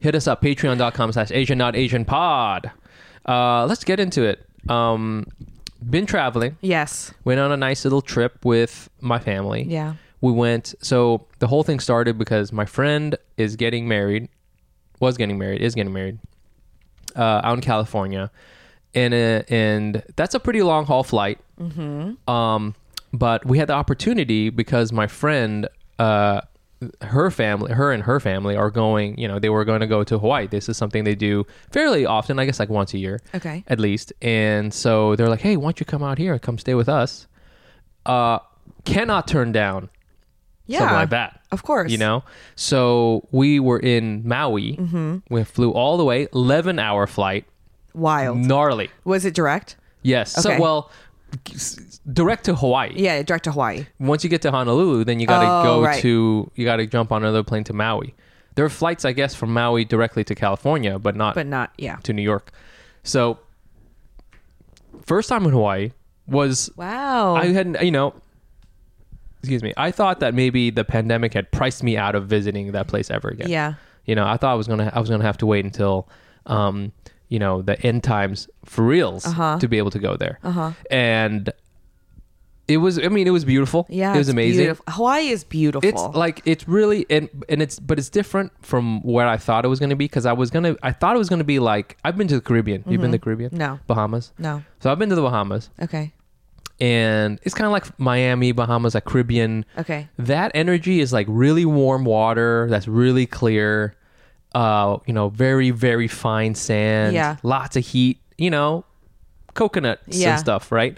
Speaker 1: hit us up patreon.com slash Asian not Asian pod. Uh, let's get into it. Um, been traveling
Speaker 2: yes.
Speaker 1: went on a nice little trip with my family.
Speaker 2: Yeah.
Speaker 1: We went so the whole thing started because my friend is getting married, was getting married, is getting married uh, out in California, and uh, and that's a pretty long haul flight. Mm-hmm. Um, but we had the opportunity because my friend, uh, her family, her and her family are going. You know, they were going to go to Hawaii. This is something they do fairly often, I guess, like once a year,
Speaker 2: Okay.
Speaker 1: at least. And so they're like, "Hey, why don't you come out here and come stay with us?" Uh, cannot turn down
Speaker 2: Yeah.
Speaker 1: something like that.
Speaker 2: Of course.
Speaker 1: You know, so we were in Maui.
Speaker 2: Mm-hmm.
Speaker 1: We flew all the way, eleven hour flight,
Speaker 2: Wild.
Speaker 1: gnarly.
Speaker 2: Was it direct?
Speaker 1: Yes.
Speaker 2: Okay.
Speaker 1: So well, s- direct to Hawaii.
Speaker 2: Yeah, direct to Hawaii.
Speaker 1: Once you get to Honolulu, then you got to
Speaker 2: Oh,
Speaker 1: go
Speaker 2: right.
Speaker 1: to you got to jump on another plane to Maui. There are flights, I guess, from Maui directly to California, but not
Speaker 2: But not. Yeah.
Speaker 1: to New York. So, first time in Hawaii was
Speaker 2: Wow.
Speaker 1: I hadn't, you know, excuse me. I thought that maybe the pandemic had priced me out of visiting that place ever again.
Speaker 2: yeah.
Speaker 1: You know, I thought I was gonna, I was gonna have to wait until, um, you know, the end times for reals
Speaker 2: Uh-huh.
Speaker 1: to be able to go there. Uh-huh. And it was, I mean, it was beautiful.
Speaker 2: Yeah.
Speaker 1: it was
Speaker 2: it's
Speaker 1: amazing.
Speaker 2: beautiful. Hawaii is beautiful.
Speaker 1: It's like it's really and and it's but it's different from where I thought it was gonna be because I was gonna I thought it was gonna be like I've been to the Caribbean. You've been to the Caribbean?
Speaker 2: No.
Speaker 1: Bahamas.
Speaker 2: no.
Speaker 1: So I've been to the Bahamas
Speaker 2: Okay.
Speaker 1: and it's kind of like Miami, Bahamas, like Caribbean.
Speaker 2: Okay.
Speaker 1: That energy is like really warm water that's really clear. Uh, you know, very very fine sand.
Speaker 2: Yeah.
Speaker 1: Lots of heat. You know, coconuts
Speaker 2: Yeah.
Speaker 1: and stuff, right?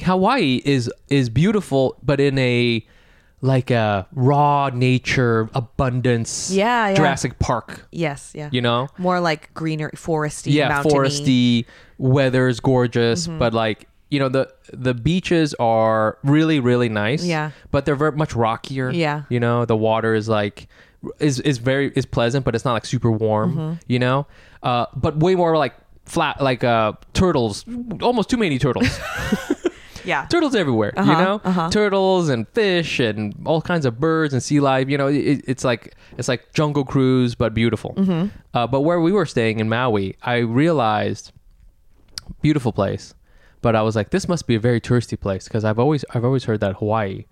Speaker 1: Hawaii is is beautiful, but in a like a raw nature abundance.
Speaker 2: Yeah, yeah.
Speaker 1: Jurassic Park.
Speaker 2: Yes. Yeah.
Speaker 1: You know
Speaker 2: More like greener, foresty,
Speaker 1: yeah
Speaker 2: mountainy. Mm-hmm.
Speaker 1: foresty weather is gorgeous but like you know the the beaches are really really nice
Speaker 2: Yeah.
Speaker 1: but they're very much rockier
Speaker 2: Yeah.
Speaker 1: you know the water is like is is very is pleasant but it's not like super warm
Speaker 2: Mm-hmm.
Speaker 1: you know uh but way more like flat like uh turtles almost too many
Speaker 2: [laughs]
Speaker 1: turtles
Speaker 2: Yeah.
Speaker 1: turtles everywhere you
Speaker 2: Uh-huh,
Speaker 1: know
Speaker 2: uh-huh.
Speaker 1: turtles and fish and all kinds of birds and sea life you know it, it's like it's like jungle cruise but beautiful
Speaker 2: Mm-hmm.
Speaker 1: uh, but where we were staying in maui i realized beautiful place but i was like this must be a very touristy place because i've always i've always heard that hawaii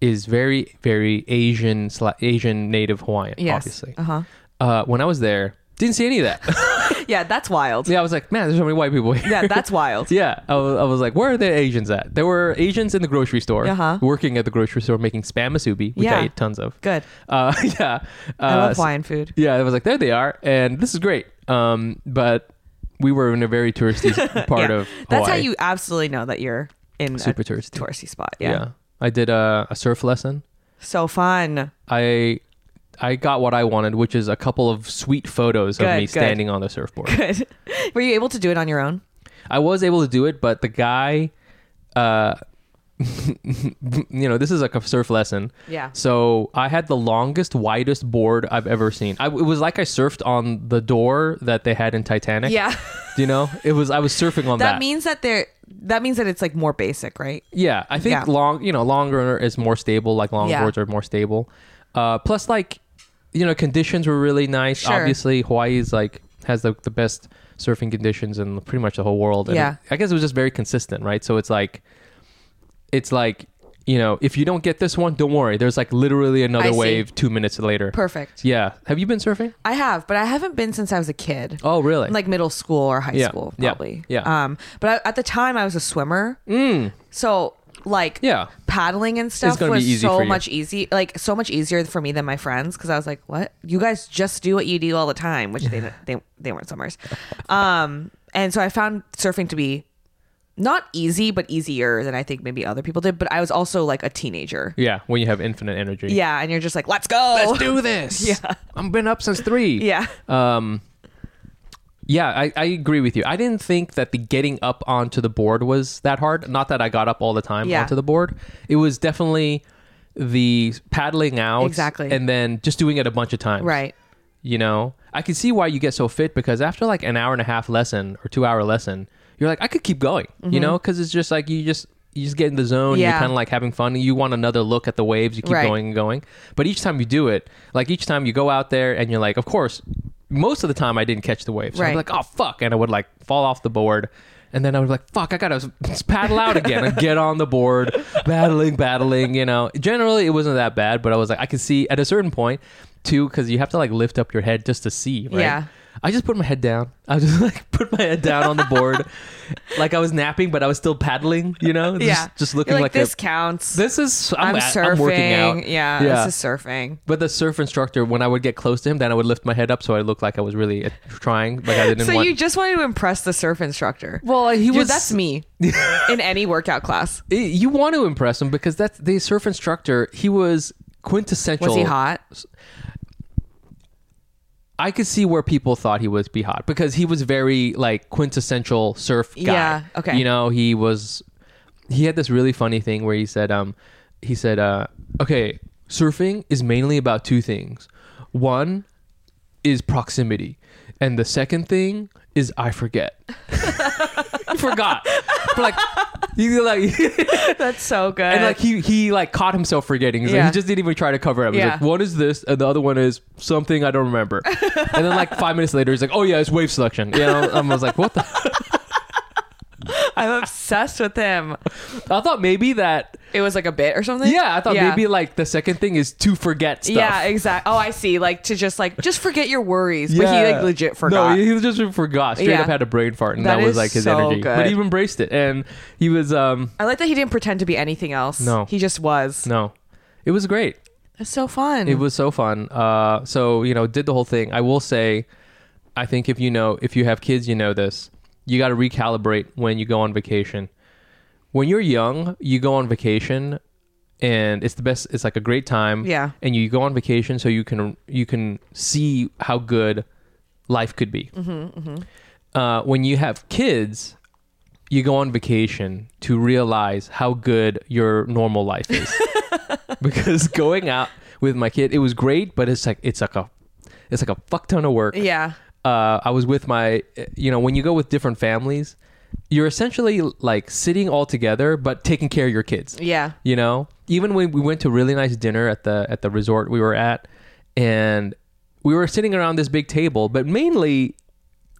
Speaker 1: is very very asian sla- asian native hawaiian
Speaker 2: Yes.
Speaker 1: obviously
Speaker 2: Uh-huh.
Speaker 1: uh, when i was there didn't see any of that
Speaker 2: [laughs] Yeah. That's wild.
Speaker 1: yeah i was like man there's so many white people here
Speaker 2: Yeah. That's
Speaker 1: [laughs]
Speaker 2: wild.
Speaker 1: yeah, I was, I was like, where are the Asians at? There were Asians in the grocery store,
Speaker 2: Uh-huh.
Speaker 1: working at the grocery store, making spam asubi, which
Speaker 2: Yeah.
Speaker 1: I ate tons of.
Speaker 2: Good.
Speaker 1: Uh, [laughs] yeah, uh,
Speaker 2: I love
Speaker 1: so-
Speaker 2: Hawaiian food.
Speaker 1: yeah, I was like, there they are, and this is great. Um, but we were in a very
Speaker 2: [laughs]
Speaker 1: touristy part
Speaker 2: Yeah.
Speaker 1: of Hawaii.
Speaker 2: That's how you absolutely know that you're in
Speaker 1: super
Speaker 2: a
Speaker 1: touristy.
Speaker 2: touristy spot.
Speaker 1: yeah.
Speaker 2: Yeah.
Speaker 1: I did a, a surf lesson.
Speaker 2: So fun. [laughs]
Speaker 1: I I got what I wanted, which is a couple of sweet photos of
Speaker 2: Good,
Speaker 1: me
Speaker 2: good.
Speaker 1: standing on the surfboard.
Speaker 2: Good. Were you able to do it on your own?
Speaker 1: I was able to do it, but the guy, uh, [laughs] you know, this is like a surf lesson.
Speaker 2: Yeah.
Speaker 1: So I had the longest, widest board I've ever seen. I, it was like I surfed on the door that they had in Titanic.
Speaker 2: Yeah. [laughs]
Speaker 1: You know, it was I was surfing on that.
Speaker 2: that means that they're that means that it's like more basic, right?
Speaker 1: yeah, I think
Speaker 2: Yeah.
Speaker 1: long, you know, longer is more stable. Like long
Speaker 2: Yeah.
Speaker 1: boards are more stable. Uh, plus, like, you know, conditions were really nice.
Speaker 2: Sure.
Speaker 1: Obviously, Hawaii is like has the the best surfing conditions in pretty much the whole world. And
Speaker 2: Yeah.
Speaker 1: it- I guess it was just very consistent, right? So it's like, it's like. You know, if you don't get this one, don't worry. There's like literally
Speaker 2: I
Speaker 1: another
Speaker 2: see.
Speaker 1: wave two minutes later.
Speaker 2: Perfect.
Speaker 1: Yeah. Have you been surfing?
Speaker 2: I have, but I haven't been since I was a kid.
Speaker 1: Oh, really?
Speaker 2: Like middle school or high
Speaker 1: Yeah,
Speaker 2: school,
Speaker 1: yeah,
Speaker 2: probably.
Speaker 1: yeah.
Speaker 2: Um, but I, at the time, I was a swimmer,
Speaker 1: mm,
Speaker 2: so like
Speaker 1: yeah.
Speaker 2: paddling and stuff
Speaker 1: gonna be
Speaker 2: was
Speaker 1: easy for
Speaker 2: so
Speaker 1: you.
Speaker 2: much easy, like so much easier for me than my friends because I was like, "What? You guys just do what you do all the time,"
Speaker 1: [laughs]
Speaker 2: which they they they weren't summers. Um, and so I found surfing to be not easy, but easier than I think maybe other people did. But I was also like a teenager.
Speaker 1: Yeah. When you have infinite energy.
Speaker 2: Yeah, and you're just like, "Let's go."
Speaker 1: Let's do this. yeah. I've been up since three.
Speaker 2: [laughs] yeah.
Speaker 1: Um, yeah, I, I agree with you. I didn't think that the getting up onto the board was that hard. Not that I got up all the time
Speaker 2: Yeah.
Speaker 1: onto the board. It was definitely the paddling out
Speaker 2: Exactly.
Speaker 1: and then just doing it a bunch of times.
Speaker 2: Right.
Speaker 1: You know, I can see why you get so fit because after like an hour and a half lesson or two hour lesson, you're like, I could keep going, you know, because it's just like you just you just get in the zone. You're
Speaker 2: Mm-hmm. Yeah.
Speaker 1: kind of like having fun. You want another look at the waves. You keep
Speaker 2: Right.
Speaker 1: going and going. But each time you do it, like each time you go out there and you're like, of course, most of the time I didn't catch the waves. So I'd be
Speaker 2: Right.
Speaker 1: like, oh fuck, and I would like fall off the board. And then I was like, "Fuck! I gotta s- paddle out again and get on the board, [laughs] battling, battling." You know, generally it wasn't that bad, but I was like, I could see at a certain point, too, because you have to like lift up your head just to see, right?
Speaker 2: Yeah.
Speaker 1: I just put my head down. I just [laughs] like put my head down on the board, like I was napping, but I was still paddling. You know, just,
Speaker 2: yeah.
Speaker 1: just
Speaker 2: You're
Speaker 1: looking
Speaker 2: like,
Speaker 1: like,
Speaker 2: this
Speaker 1: a,
Speaker 2: counts.
Speaker 1: this is I'm,
Speaker 2: I'm,
Speaker 1: at-
Speaker 2: surfing.
Speaker 1: I'm working out.
Speaker 2: Yeah,
Speaker 1: Yeah.
Speaker 2: This is surfing.
Speaker 1: But the surf instructor, when I would get close to him, then I would lift my head up so I looked like I was really uh, trying, like I didn't
Speaker 2: So
Speaker 1: want.
Speaker 2: you just wanted to impress the surf instructor.
Speaker 1: well, he
Speaker 2: Dude,
Speaker 1: was.
Speaker 2: that's me [laughs] in any workout class.
Speaker 1: I- you want to impress him because that's the surf instructor. He was quintessential.
Speaker 2: Was he hot?
Speaker 1: [laughs] I could see where people thought he would be hot because he was very like quintessential surf guy.
Speaker 2: Yeah, okay.
Speaker 1: You know, he was. He had this really funny thing where he said, um, he said, uh, okay, surfing is mainly about two things. One is proximity, and the second thing is I forget. [laughs] He forgot. For like, he like. [laughs]
Speaker 2: That's so good.
Speaker 1: and like he he like caught himself forgetting. He's like,
Speaker 2: Yeah.
Speaker 1: he just didn't even try to cover up. He's like,
Speaker 2: Yeah.
Speaker 1: one is this, and the other one is something I don't
Speaker 2: [laughs]
Speaker 1: remember. and then like five minutes later, he's like, oh yeah, it's wave selection. You know, I was like,
Speaker 2: [laughs]
Speaker 1: what the?
Speaker 2: I'm obsessed with him.
Speaker 1: I thought maybe that
Speaker 2: it was like a bit or something.
Speaker 1: Yeah, I thought maybe like the second thing is to forget stuff.
Speaker 2: Yeah, exactly. Oh, I see. Like to just like just forget your worries, but he like legit
Speaker 1: No,
Speaker 2: forgot.
Speaker 1: he just forgot. Straight
Speaker 2: Yeah.
Speaker 1: up had a brain fart, and that,
Speaker 2: That
Speaker 1: was
Speaker 2: is
Speaker 1: like his
Speaker 2: so
Speaker 1: energy. But
Speaker 2: good.
Speaker 1: he embraced it, and he was um
Speaker 2: I like that he didn't pretend to be anything else.
Speaker 1: No.
Speaker 2: he just was.
Speaker 1: no, it was great.
Speaker 2: It's so fun.
Speaker 1: It was so fun. Uh, so you know, did the whole thing. I will say, I think if you know, if you have kids, you know this. You got to recalibrate when you go on vacation. When you're young, you go on vacation, and it's the best. It's like a great time.
Speaker 2: Yeah.
Speaker 1: And you go on vacation so you can you can see how good life could be. Mm-hmm, Uh, when you have kids, you go on vacation to realize how good your normal life is.
Speaker 2: [laughs]
Speaker 1: because going out with my kid, it was great, but it's like it's like a it's like a fuck ton of work.
Speaker 2: yeah.
Speaker 1: Uh, I was with my, you know, when you go with different families, you're essentially like sitting all together, but taking care of your kids.
Speaker 2: Yeah.
Speaker 1: You know, even when we went to a really nice dinner at the at the resort we were at, and we were sitting around this big table, but mainly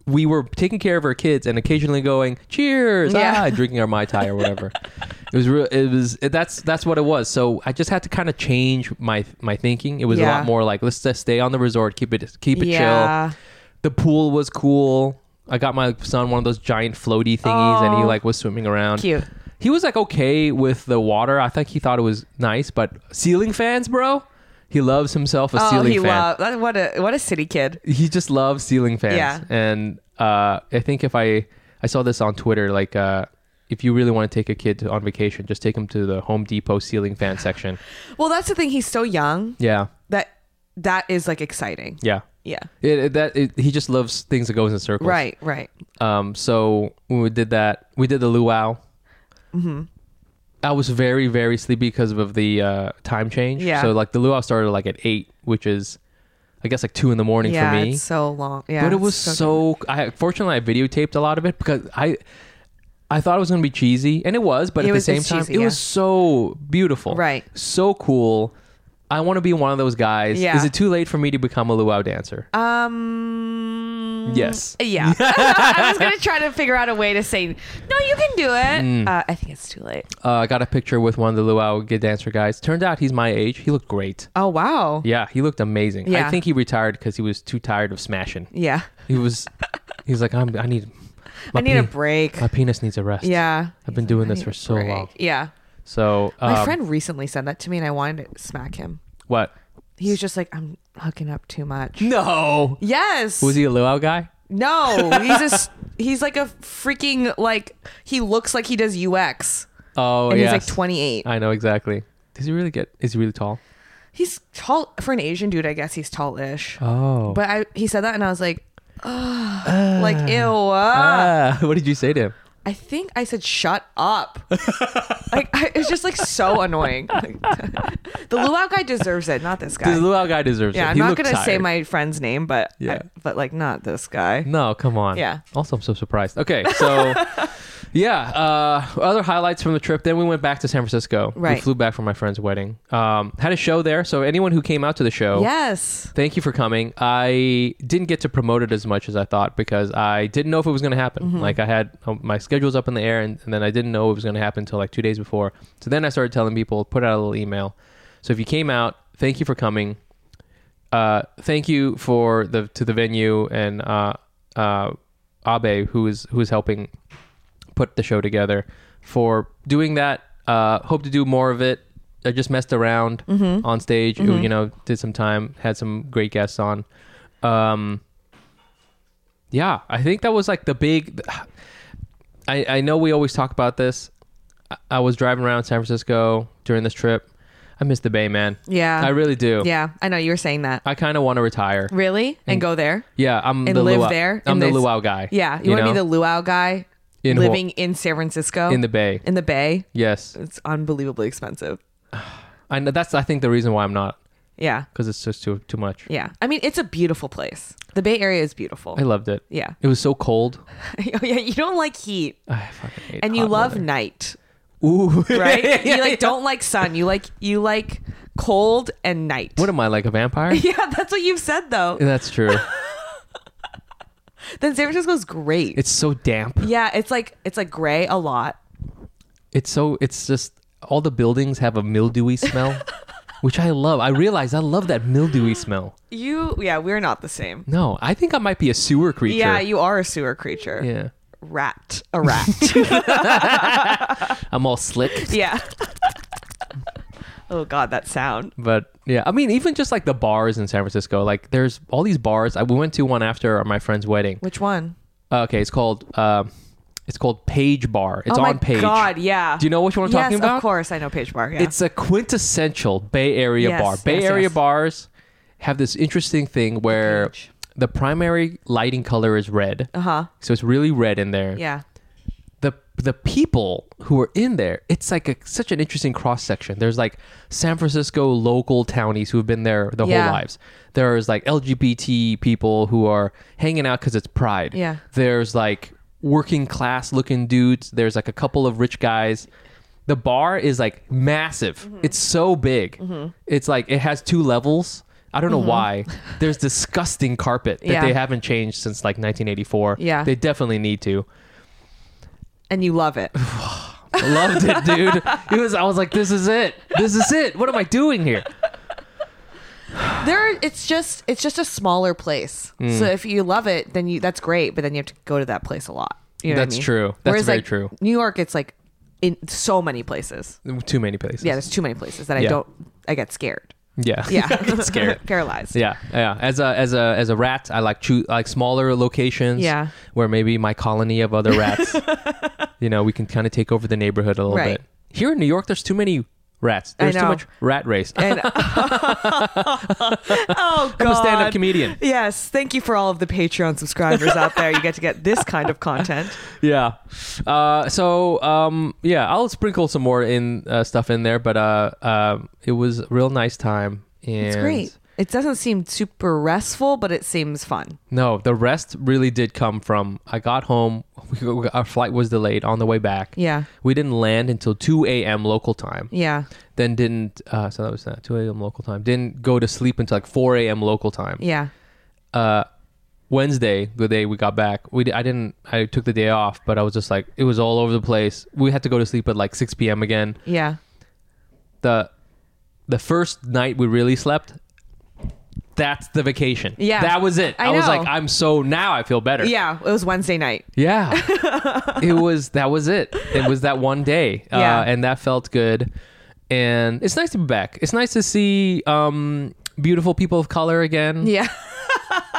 Speaker 1: we were taking care of our kids and occasionally going cheers,
Speaker 2: Yeah.
Speaker 1: ah, drinking our mai tai or whatever.
Speaker 2: [laughs]
Speaker 1: it was real. It was it, that's that's what it was. So I just had to kind of change my my thinking. It was a
Speaker 2: Yeah.
Speaker 1: lot more like let's just stay on the resort, keep it keep it
Speaker 2: Yeah.
Speaker 1: chill. The pool was cool. I got my son one of those giant floaty thingies, and he
Speaker 2: Oh.
Speaker 1: like was swimming around.
Speaker 2: Cute.
Speaker 1: He was like okay with the water. I think he thought it was nice, but ceiling fans, bro. He loves himself a
Speaker 2: Oh,
Speaker 1: ceiling
Speaker 2: he
Speaker 1: fan
Speaker 2: loved. that- What a what a city kid.
Speaker 1: he just loves ceiling fans.
Speaker 2: Yeah.
Speaker 1: And uh, I think if I I saw this on Twitter, like uh, if you really want to take a kid to, on vacation, just take him to the Home Depot ceiling fan
Speaker 2: [sighs]
Speaker 1: section.
Speaker 2: Well, that's the thing. He's so young
Speaker 1: Yeah,
Speaker 2: that that is like exciting.
Speaker 1: yeah.
Speaker 2: Yeah.
Speaker 1: It, it- that it, he just loves things that goes in circles.
Speaker 2: Right. Right.
Speaker 1: Um. So when we did that, we did the luau. Mm-hmm. I was very very sleepy because of the uh, time change.
Speaker 2: Yeah.
Speaker 1: So like the luau started like at eight, which is, I guess like two in the morning
Speaker 2: Yeah.
Speaker 1: for me.
Speaker 2: It's so long. Yeah.
Speaker 1: but it
Speaker 2: it's
Speaker 1: was so I fortunately I videotaped a lot of it because I I thought it was going to be cheesy and it was, but
Speaker 2: It
Speaker 1: at
Speaker 2: was-
Speaker 1: the same
Speaker 2: it's
Speaker 1: time
Speaker 2: cheesy,
Speaker 1: it
Speaker 2: yeah.
Speaker 1: was so beautiful.
Speaker 2: Right.
Speaker 1: So cool. I want to be one of those guys.
Speaker 2: Yeah.
Speaker 1: Is it too late for me to become a luau dancer?
Speaker 2: Um.
Speaker 1: Yes.
Speaker 2: Yeah. [laughs] I was gonna try to figure out a way to say no. You can do
Speaker 1: Mm.
Speaker 2: it. Uh, I think it's too late.
Speaker 1: Uh, I got a picture with one of the luau good dancer guys. Turned out he's my age. He looked great.
Speaker 2: Oh wow.
Speaker 1: Yeah, he looked amazing. I
Speaker 2: Yeah.
Speaker 1: think he retired because he was too tired of smashing.
Speaker 2: Yeah.
Speaker 1: He
Speaker 2: [laughs]
Speaker 1: was, he's like, I'm, I need, my
Speaker 2: I need a
Speaker 1: pe-
Speaker 2: break.
Speaker 1: My penis needs a rest.
Speaker 2: Yeah.
Speaker 1: I've been doing this for so
Speaker 2: Break.
Speaker 1: long.
Speaker 2: Yeah.
Speaker 1: So, um,
Speaker 2: My friend recently said that to me, and I wanted to smack him.
Speaker 1: what?
Speaker 2: He was just like, "I'm hooking up too much."
Speaker 1: No.
Speaker 2: Yes.
Speaker 1: Was he a luau guy?
Speaker 2: No. He's a s- [laughs] he's like a freaking like he looks like he does UX,
Speaker 1: Oh,
Speaker 2: and
Speaker 1: yes.
Speaker 2: he's like 28.
Speaker 1: I know exactly. Does he really get? Is he really tall?
Speaker 2: He's tall for an Asian dude. I guess he's tallish.
Speaker 1: Oh.
Speaker 2: But I he said that, and I was like, Ugh, like ew. uh."
Speaker 1: Ah, [laughs] what did you say to him?
Speaker 2: I think I said shut
Speaker 1: [laughs]
Speaker 2: up. like I, it was just like so annoying. [laughs] Like, the luau guy deserves it, not this guy.
Speaker 1: The luau guy deserves it.
Speaker 2: yeah, I'm
Speaker 1: He
Speaker 2: not
Speaker 1: looked
Speaker 2: gonna say
Speaker 1: tired.
Speaker 2: my friend's name, but I-
Speaker 1: Yeah.
Speaker 2: but like not this guy.
Speaker 1: No, come on.
Speaker 2: Yeah.
Speaker 1: Also, I'm so surprised. Okay,
Speaker 2: [laughs]
Speaker 1: so yeah. Uh, other highlights from the trip. Then we went back to San Francisco. We
Speaker 2: Right.
Speaker 1: flew back from my friend's wedding. Um, had a show there. So anyone who came out to the show,
Speaker 2: Yes.
Speaker 1: Thank you for coming. I didn't get to promote it as much as I thought because I didn't know if it was going to happen.
Speaker 2: Mm-hmm.
Speaker 1: Like I had um, my schedule's up in the air, and, and then I didn't know it was going to happen until like two days before. So then I started telling people, put out a little email. So if you came out, thank you for coming. Uh, thank you for the to the venue and uh, uh, Abe who is who is helping put the show together for doing that. Uh, hope to do more of it. I just messed around on stage, you know, did some time, had some great guests on. Um, yeah, I think that was like the big. I, I know we always talk about this. I, I was driving around San Francisco during this trip. I miss the Bay, man.
Speaker 2: Yeah.
Speaker 1: I really do.
Speaker 2: yeah, I know you were saying that.
Speaker 1: I kind of want to retire.
Speaker 2: Really? And, go there?
Speaker 1: Yeah, I'm
Speaker 2: And
Speaker 1: the
Speaker 2: live
Speaker 1: luau.
Speaker 2: there?
Speaker 1: I'm
Speaker 2: In
Speaker 1: the
Speaker 2: this-
Speaker 1: luau guy.
Speaker 2: Yeah. You, want to be the luau guy
Speaker 1: In Haw-
Speaker 2: living in San Francisco?
Speaker 1: in the Bay?
Speaker 2: in the Bay?
Speaker 1: Yes,
Speaker 2: It's unbelievably expensive.
Speaker 1: I know. That's I think the reason why I'm not
Speaker 2: Yeah.
Speaker 1: because it's just too too much.
Speaker 2: Yeah. I mean, it's a beautiful place. The Bay Area is beautiful.
Speaker 1: I loved it.
Speaker 2: yeah. [laughs]
Speaker 1: It was so cold.
Speaker 2: oh, yeah. You don't like heat
Speaker 1: I fucking hate
Speaker 2: and you
Speaker 1: hot
Speaker 2: love
Speaker 1: weather. [laughs]
Speaker 2: night,
Speaker 1: Ooh,
Speaker 2: [laughs]
Speaker 1: [laughs]
Speaker 2: right? you like don't like sun. You like you like cold and night.
Speaker 1: What am I like a vampire?
Speaker 2: [laughs] yeah, that's what you've said though.
Speaker 1: That's true.
Speaker 2: Then San Francisco's great.
Speaker 1: It's so damp.
Speaker 2: yeah, it's like it's like gray a lot.
Speaker 1: It's so. It's just. all the buildings have a mildewy
Speaker 2: [laughs]
Speaker 1: smell, which I love. I realize I love that mildewy smell.
Speaker 2: You, yeah, we're not the same.
Speaker 1: No, I think I might be a sewer creature.
Speaker 2: Yeah, you are a sewer creature.
Speaker 1: yeah.
Speaker 2: Rat, a rat.
Speaker 1: [laughs]
Speaker 2: [laughs]
Speaker 1: I'm all slick,
Speaker 2: yeah. [laughs] oh God, that sound.
Speaker 1: but yeah. I mean, even just like the bars in San Francisco, like there's all these bars. I we went to one after my friend's wedding. Uh,
Speaker 2: Which one?
Speaker 1: Okay, it's called um, it's called Page Bar. It's
Speaker 2: oh
Speaker 1: on
Speaker 2: my
Speaker 1: Page.
Speaker 2: God, yeah.
Speaker 1: Do you know which one I'm
Speaker 2: yes,
Speaker 1: talking about?
Speaker 2: of course, I know Page Bar. Yeah.
Speaker 1: It's a quintessential Bay Area
Speaker 2: Yes,
Speaker 1: bar. Bay
Speaker 2: yes,
Speaker 1: Area
Speaker 2: yes.
Speaker 1: bars have this interesting thing where
Speaker 2: page.
Speaker 1: the primary lighting color is red.
Speaker 2: uh huh.
Speaker 1: So it's really red in there.
Speaker 2: Yeah.
Speaker 1: The the people who are in there, it's like a, such an interesting cross section. There's like San Francisco local townies who've been there their
Speaker 2: Yeah.
Speaker 1: whole lives. There's like LGBT people who are hanging out because it's Pride.
Speaker 2: Yeah.
Speaker 1: There's like working class looking dudes. There's like a couple of rich guys. The bar is like massive.
Speaker 2: Mm-hmm.
Speaker 1: It's so big. It's like it has two levels. I don't know why. There's disgusting carpet that
Speaker 2: Mm-hmm. Yeah.
Speaker 1: they haven't changed since like 1984.
Speaker 2: Yeah.
Speaker 1: They definitely need to.
Speaker 2: And you love it.
Speaker 1: [sighs] Loved it, dude. It was I was like this is it. This is it. What am I doing here?
Speaker 2: there, it's just it's just a smaller place.
Speaker 1: Mm.
Speaker 2: So if you love it, then you that's great. But then you have to go to that place a lot. You know what I
Speaker 1: That's
Speaker 2: mean?
Speaker 1: true. That's
Speaker 2: Whereas,
Speaker 1: very
Speaker 2: like,
Speaker 1: true.
Speaker 2: New York, it's like in so many places.
Speaker 1: Too many places.
Speaker 2: Yeah, there's too many places that I
Speaker 1: Yeah.
Speaker 2: don't. I get scared.
Speaker 1: Yeah.
Speaker 2: Yeah,
Speaker 1: I [laughs] get scared.
Speaker 2: [laughs] paralyzed.
Speaker 1: Yeah, yeah. As a as a as a rat, I like choo- like smaller locations.
Speaker 2: Yeah.
Speaker 1: where maybe my colony of other
Speaker 2: [laughs]
Speaker 1: rats, you know, we can kind of take over the neighborhood a little
Speaker 2: Right.
Speaker 1: bit. Here in New York, there's too many rats.
Speaker 2: I
Speaker 1: There's too
Speaker 2: know.
Speaker 1: much rat race.
Speaker 2: And [laughs] oh
Speaker 1: [laughs]
Speaker 2: god,
Speaker 1: I'm a stand-up comedian.
Speaker 2: Yes, thank you for all of the Patreon subscribers out there. You get to get this kind of content.
Speaker 1: yeah. Uh, so um, yeah, I'll sprinkle some more in uh, stuff in there, but uh, um, it was a real nice time. And
Speaker 2: It's great. It doesn't seem super restful, but it seems fun.
Speaker 1: No, the rest really did come from. I got home. [laughs] our flight was delayed on the way back.
Speaker 2: Yeah.
Speaker 1: We didn't land until 2 a.m. local time.
Speaker 2: Yeah.
Speaker 1: Then didn't, uh, so that was not 2 a.m. local time. Didn't go to sleep until like 4 a.m. local time.
Speaker 2: Yeah.
Speaker 1: Uh, Wednesday, the day we got back, we di- I didn't, I took the day off, but I was just like, it was all over the place. We had to go to sleep at like 6 p.m. again.
Speaker 2: Yeah.
Speaker 1: The, the first night we really slept, that's the vacation.
Speaker 2: Yeah.
Speaker 1: That was it.
Speaker 2: I
Speaker 1: was
Speaker 2: know.
Speaker 1: like, I'm so, now I feel better.
Speaker 2: Yeah. It was Wednesday night.
Speaker 1: Yeah. it was that was it. It was that one day.
Speaker 2: Yeah.
Speaker 1: Uh, and that felt good. And it's nice to be back. It's nice to see um beautiful people of color again.
Speaker 2: [laughs] Yeah.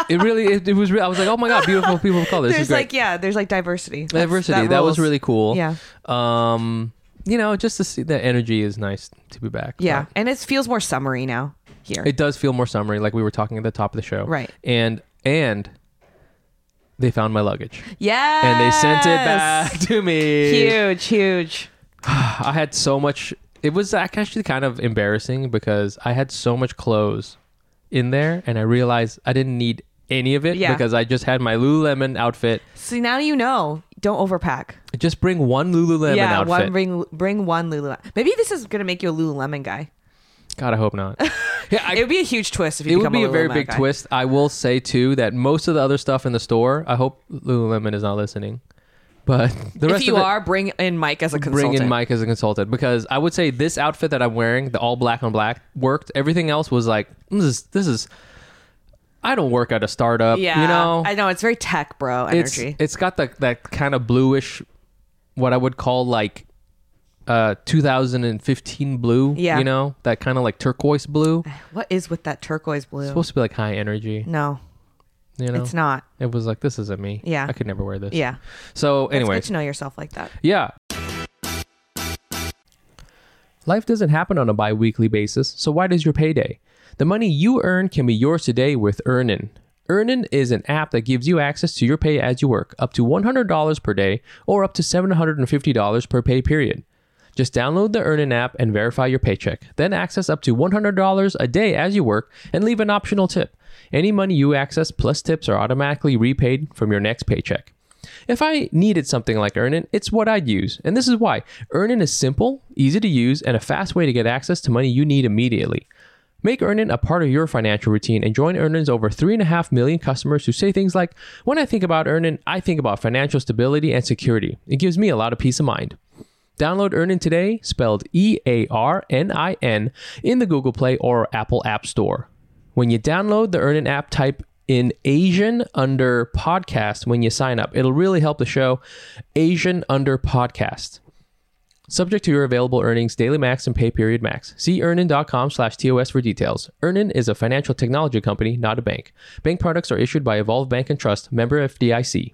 Speaker 1: It really it, it was real I was like, "Oh my god, beautiful people of color." This is
Speaker 2: [laughs] there's
Speaker 1: great.
Speaker 2: like yeah, there's like diversity. That's-
Speaker 1: diversity. That, was
Speaker 2: rules.
Speaker 1: really cool.
Speaker 2: Yeah.
Speaker 1: Um you know, just to see the energy is nice to be back.
Speaker 2: Yeah. And it feels more summery now here.
Speaker 1: It does feel more summery like we were talking at the top of the show.
Speaker 2: Right.
Speaker 1: And and they found my luggage.
Speaker 2: yeah.
Speaker 1: And they sent it back [laughs] to me.
Speaker 2: Huge, huge.
Speaker 1: I had so much. It was actually kind of embarrassing because I had so much clothes in there, and I realized I didn't need any of it
Speaker 2: Yeah.
Speaker 1: because I just had my Lululemon outfit.
Speaker 2: See now you know. Don't overpack.
Speaker 1: Just bring one Lululemon
Speaker 2: yeah,
Speaker 1: outfit.
Speaker 2: one bring bring one Lululemon. Maybe this is gonna make you a Lululemon guy.
Speaker 1: God, I hope
Speaker 2: [laughs]
Speaker 1: not. Yeah, I-
Speaker 2: it would be a huge twist if you
Speaker 1: it would
Speaker 2: become
Speaker 1: be a
Speaker 2: Lululemon
Speaker 1: very big
Speaker 2: guy.
Speaker 1: twist. I will say too that most of the other stuff in the store. I hope Lululemon is not listening, but the rest
Speaker 2: If you
Speaker 1: of it,
Speaker 2: are, bring in Mike as a consultant.
Speaker 1: bring in Mike as a consultant because I would say this outfit that I'm wearing, the all black on black, worked. Everything else was like this is this is. I don't work at a startup,
Speaker 2: Yeah,
Speaker 1: you know.
Speaker 2: I know it's very tech bro
Speaker 1: it's
Speaker 2: energy.
Speaker 1: it's got the that kind of bluish, what I would call like, uh, 2015 blue.
Speaker 2: Yeah.
Speaker 1: you know that kind of like turquoise blue. It's
Speaker 2: what is with that turquoise blue?
Speaker 1: supposed to be like high energy.
Speaker 2: no,
Speaker 1: You know,
Speaker 2: it's not.
Speaker 1: it was like this isn't me.
Speaker 2: Yeah.
Speaker 1: I could never wear this.
Speaker 2: Yeah,
Speaker 1: So,
Speaker 2: it's
Speaker 1: anyways,
Speaker 2: good to know yourself like that.
Speaker 1: Yeah. Life doesn't happen on a bi weekly basis, so why does your payday? The money you earn can be yours today with Earnin. Earnin is an app that gives you access to your pay as you work, up to $100 per day or up to $750 per pay period. Just download the Earnin app and verify your paycheck. Then access up to $100 a day as you work and leave an optional tip. Any money you access plus tips are automatically repaid from your next paycheck. If I needed something like Earnin, it's what I'd use. And this is why Earnin is simple, easy to use, and a fast way to get access to money you need immediately. Make Earnin a part of your financial routine and join Earnin's over 3.5 million customers who say things like, When I think about Earnin, I think about financial stability and security. It gives me a lot of peace of mind. Download Earnin today, spelled E A R N I N, in the Google Play or Apple App Store. When you download the Earnin app, type in Asian under podcast when you sign up. It'll really help the show. Asian under podcast. Subject to your available earnings, daily max and pay period max. See earnin.com slash TOS for details. Earnin is a financial technology company, not a bank. Bank products are issued by Evolve Bank and Trust, member FDIC.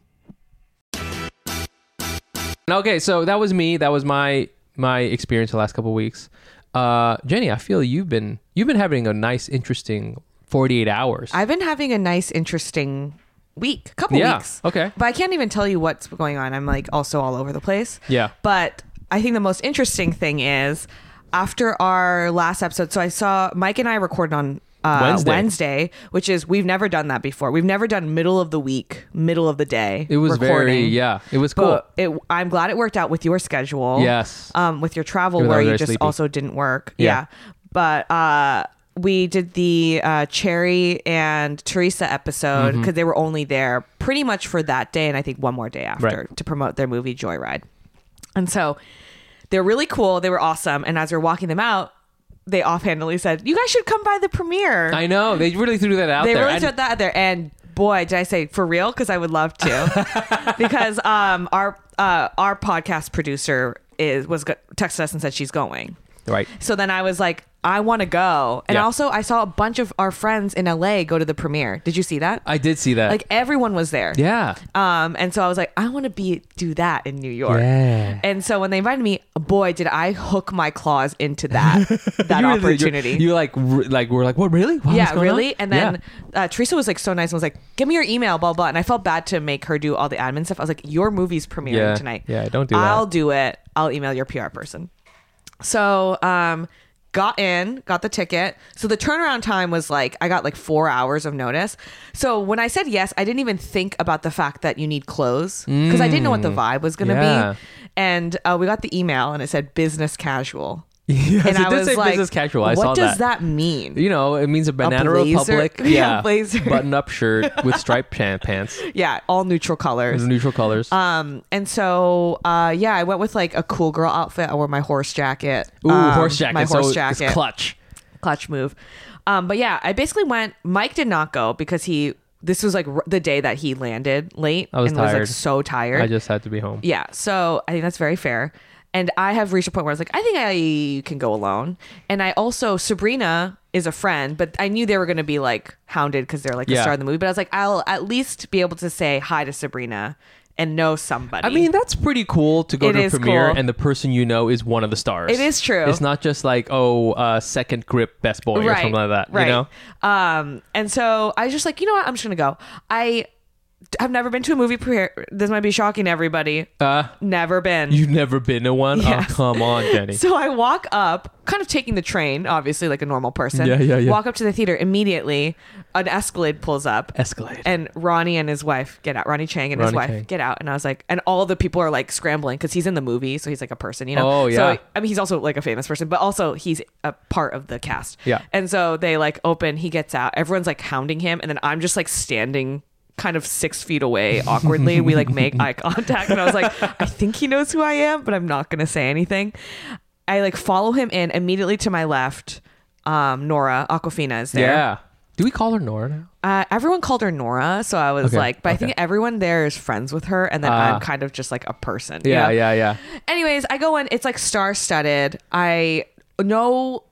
Speaker 1: Okay, so that was me. That was my my experience the last couple weeks. Uh, Jenny, I feel you've been you've been having a nice, interesting forty eight hours.
Speaker 2: I've been having a nice, interesting week, couple
Speaker 1: yeah.
Speaker 2: weeks.
Speaker 1: Okay.
Speaker 2: But I can't even tell you what's going on. I'm like also all over the place.
Speaker 1: Yeah.
Speaker 2: But I think the most interesting thing is after our last episode, so I saw Mike and I recorded on uh,
Speaker 1: Wednesday.
Speaker 2: Wednesday. which is we've never done that before. We've never done middle of the week, middle of the day.
Speaker 1: It was very
Speaker 2: recording.
Speaker 1: yeah. It was cool.
Speaker 2: But it, I'm glad it worked out with your schedule.
Speaker 1: Yes.
Speaker 2: Um, with your travel
Speaker 1: Even though I
Speaker 2: where
Speaker 1: was
Speaker 2: you
Speaker 1: very
Speaker 2: just
Speaker 1: sleepy.
Speaker 2: also didn't work.
Speaker 1: Yeah.
Speaker 2: Yeah. But uh, we did the uh, Cherry and Teresa episode
Speaker 1: Mm-hmm.
Speaker 2: because they were only there pretty much for that day and I think one more day after
Speaker 1: Right.
Speaker 2: to promote their movie Joyride. And so they're really cool. They were awesome. And as we are walking them out, they offhandedly said, "You guys should come by the premiere."
Speaker 1: I know they really threw that out
Speaker 2: they
Speaker 1: there.
Speaker 2: really
Speaker 1: I-
Speaker 2: threw that out there and boy did i say for real because i would love
Speaker 1: [laughs]
Speaker 2: to because um our uh our podcast producer is was go- texted us and said she's going
Speaker 1: right.
Speaker 2: so then i was like i want to go and
Speaker 1: Yeah.
Speaker 2: also i saw a bunch of our friends in la go to the premiere did you see that
Speaker 1: I did see that.
Speaker 2: like everyone was there
Speaker 1: yeah.
Speaker 2: um and so i was like i want to be do that in new york
Speaker 1: Yeah.
Speaker 2: and so when they invited me boy did i hook my claws
Speaker 1: [laughs]
Speaker 2: into that that
Speaker 1: You really-
Speaker 2: opportunity
Speaker 1: You, you like re- like we're like what really? Wow, what's
Speaker 2: yeah,
Speaker 1: going on?"
Speaker 2: really. And then
Speaker 1: Yeah.
Speaker 2: uh, Teresa was like so nice and was like, "Give me your email, blah blah." And I felt bad to make her do all the admin stuff. I was like, "Your movie's premiering
Speaker 1: Yeah.
Speaker 2: tonight.
Speaker 1: Yeah, don't do that.
Speaker 2: I'll do it. I'll email your PR person." So, um, got in, got the ticket. So the turnaround time was like I got like four hours of notice. So when I said yes, I didn't even think about the fact that you need clothes because I didn't know what the vibe was going to
Speaker 1: Yeah.
Speaker 2: be. And uh, we got the email and it said business
Speaker 1: [laughs]
Speaker 2: casual.
Speaker 1: Yes,
Speaker 2: and
Speaker 1: it
Speaker 2: I
Speaker 1: did
Speaker 2: was
Speaker 1: say
Speaker 2: like,
Speaker 1: business casual. I
Speaker 2: what
Speaker 1: saw
Speaker 2: does
Speaker 1: that.
Speaker 2: that mean?
Speaker 1: You know, it
Speaker 2: [laughs]
Speaker 1: means a banana
Speaker 2: blazer?
Speaker 1: republic.
Speaker 2: [laughs] Yeah, blazer.
Speaker 1: Button up
Speaker 2: [laughs]
Speaker 1: shirt with striped pan- pants.
Speaker 2: Yeah, all neutral
Speaker 1: There's
Speaker 2: colors.
Speaker 1: neutral colors.
Speaker 2: Um, and so, uh, yeah, I went with like a cool girl outfit. I wore my horse jacket.
Speaker 1: Ooh,
Speaker 2: um,
Speaker 1: horse jacket.
Speaker 2: My horse
Speaker 1: so
Speaker 2: jacket.
Speaker 1: It's clutch.
Speaker 2: clutch move. Um, but yeah, I basically went. Mike did not go because he. This was like r- the day that he landed late
Speaker 1: I was
Speaker 2: and was
Speaker 1: tired.
Speaker 2: like so tired.
Speaker 1: I just had to be home.
Speaker 2: Yeah. So I think that's very fair. And I have reached a point where I was like, I think I can go alone. And I also, Sabrina is a friend, but I knew they were going to be like hounded because they're like the
Speaker 1: Yeah.
Speaker 2: star of the movie. But I was like, I'll at least be able to say hi to Sabrina and know somebody.
Speaker 1: I mean, that's pretty cool to go
Speaker 2: It
Speaker 1: to a
Speaker 2: is
Speaker 1: premiere
Speaker 2: cool.
Speaker 1: and the person you know is one of the stars.
Speaker 2: It is true.
Speaker 1: It's not just like, oh, uh, second grip best boy or something like that.
Speaker 2: Right.
Speaker 1: You know?
Speaker 2: Um, and so I was just like, you know what? I'm just gonna go. I have never been to a movie premiere. This might be shocking to everybody.
Speaker 1: Uh,
Speaker 2: never been.
Speaker 1: you've never been to one?
Speaker 2: Yes.
Speaker 1: Oh, come on, Jenny.
Speaker 2: [laughs] So I walk up, kind of taking the train, obviously, like a normal person.
Speaker 1: Yeah, yeah, yeah.
Speaker 2: Walk up to the theater immediately. An Escalade pulls up.
Speaker 1: Escalade.
Speaker 2: And Ronnie and his wife get out. Ronnie Chang and his
Speaker 1: Ronnie
Speaker 2: wife
Speaker 1: Chang.
Speaker 2: get out. And I was like, and all the people are like scrambling because he's in the movie. So he's like a person, you know?
Speaker 1: Oh, yeah.
Speaker 2: So, I mean, he's also like a famous person, but also he's a part of the cast.
Speaker 1: Yeah.
Speaker 2: And so they like open, he gets out. Everyone's like hounding him. And then I'm just like standing kind of six
Speaker 1: [laughs]
Speaker 2: feet away awkwardly. we like make eye contact. And I was like, I think he knows who I am, but I'm not going to say anything. I like follow him in immediately to my left. Um, Nora Aquafina is there.
Speaker 1: yeah. Do we call her Nora now?
Speaker 2: Uh, everyone called her Nora, so I was
Speaker 1: Okay,
Speaker 2: like, but I
Speaker 1: okay.
Speaker 2: think everyone there is friends with her, and then
Speaker 1: Ah.
Speaker 2: I'm kind of just like a person. you
Speaker 1: Yeah,
Speaker 2: know?
Speaker 1: yeah, yeah.
Speaker 2: Anyways, I go in. It's like star studded. I know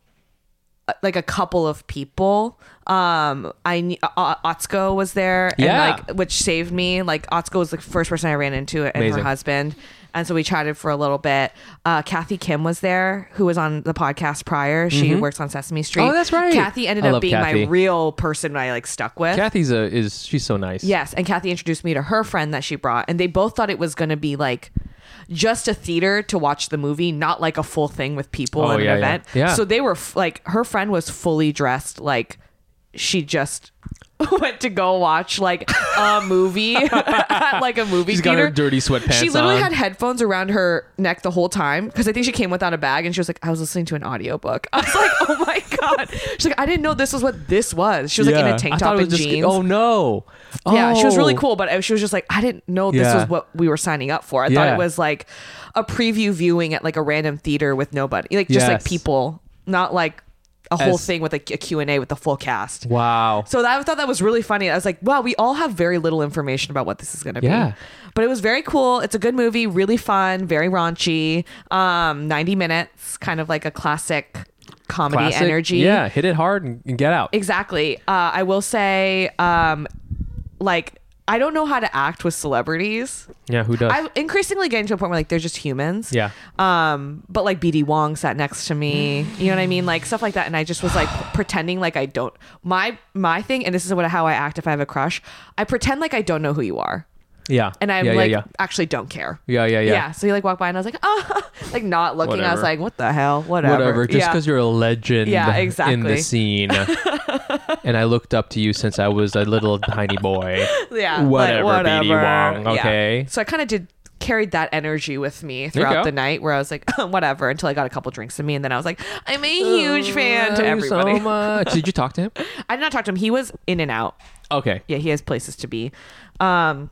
Speaker 2: uh, like a couple of people. Um, I kn- uh, Otsko was there, and
Speaker 1: Yeah.
Speaker 2: like which saved me. Like Otsko was the first person I ran into, and
Speaker 1: Amazing.
Speaker 2: her husband. And so we chatted for a little bit. Uh, Kathy Kim was there, who was on the podcast prior. She works on Sesame Street.
Speaker 1: Mm-hmm. Oh, that's right.
Speaker 2: Kathy ended
Speaker 1: I
Speaker 2: up
Speaker 1: love
Speaker 2: being
Speaker 1: Kathy.
Speaker 2: my real person I like stuck with.
Speaker 1: Kathy's a is she's so nice.
Speaker 2: Yes, and Kathy introduced me to her friend that she brought, and they both thought it was going to be like just a theater to watch the movie, not like a full thing with people
Speaker 1: Oh,
Speaker 2: and
Speaker 1: yeah, yeah.
Speaker 2: an event.
Speaker 1: Yeah.
Speaker 2: So they were f- like, her friend was fully dressed like she just [laughs] went to go watch like a movie [laughs] at like a movie
Speaker 1: She's got
Speaker 2: theater.
Speaker 1: her dirty sweatpants
Speaker 2: she literally
Speaker 1: on.
Speaker 2: had headphones around her neck the whole time because I think she came without a bag and she was like, I was listening to an audiobook. [laughs] I was like, oh my God. She's like, I didn't know this was what this was. She was like in a tank
Speaker 1: I thought
Speaker 2: top
Speaker 1: it
Speaker 2: and
Speaker 1: was just-
Speaker 2: jeans.
Speaker 1: Oh no.
Speaker 2: Yeah, she was really
Speaker 1: Oh.
Speaker 2: cool, but I- she was just like, I didn't know this
Speaker 1: Yeah.
Speaker 2: was what we were signing up for. I thought
Speaker 1: Yeah.
Speaker 2: it was like a preview viewing at like a random theater with nobody, like just
Speaker 1: Yes.
Speaker 2: like people, not like a whole
Speaker 1: As-
Speaker 2: thing with like a Q&A with the full cast.
Speaker 1: Wow.
Speaker 2: So that, I thought that was really funny. I was like, wow, we all have very little information about what this is going to
Speaker 1: Yeah.
Speaker 2: be. But it was very cool. It's a good movie, really fun, very raunchy. Um, 90 minutes, kind of like a classic comedy
Speaker 1: Classic.
Speaker 2: energy.
Speaker 1: Yeah, hit it hard and, and get out.
Speaker 2: Exactly. Uh, I will say, um, like, I don't know how to act with celebrities.
Speaker 1: yeah, who does?
Speaker 2: I'm increasingly getting to a point where like they're just humans.
Speaker 1: yeah.
Speaker 2: Um, but like BD Wong sat next to me, you know what I mean, like stuff like that, and I just was like pretending like I don't my my thing, and this is what how I act if I have a crush. I pretend like I don't know who you are,
Speaker 1: Yeah.
Speaker 2: and I'm
Speaker 1: yeah,
Speaker 2: like
Speaker 1: yeah,
Speaker 2: actually don't care.
Speaker 1: yeah. Yeah, yeah,
Speaker 2: Yeah.
Speaker 1: yeah.
Speaker 2: So he like walked by and I was like, [laughs] oh, like not looking. I
Speaker 1: Whatever.
Speaker 2: was like, what the hell, whatever.
Speaker 1: Whatever, just
Speaker 2: Yeah.
Speaker 1: because you're a legend
Speaker 2: Yeah,
Speaker 1: in the
Speaker 2: exactly. [laughs]
Speaker 1: scene. and I looked up to you since I was a little tiny
Speaker 2: [laughs]
Speaker 1: boy.
Speaker 2: yeah,
Speaker 1: Whatever,
Speaker 2: but
Speaker 1: BD Wong,
Speaker 2: Yeah.
Speaker 1: okay.
Speaker 2: So I kind of did carried that energy with me
Speaker 1: you go.
Speaker 2: throughout the night, where I was like, [laughs] whatever, until I got a couple drinks in me, and then I was like, I'm a huge fan to
Speaker 1: Oh, Thank you
Speaker 2: everybody.
Speaker 1: Oh, So much. Did you talk
Speaker 2: [laughs]
Speaker 1: to him?
Speaker 2: I did not talk to him. He was in and out.
Speaker 1: Okay.
Speaker 2: Yeah, he has places to be. Um,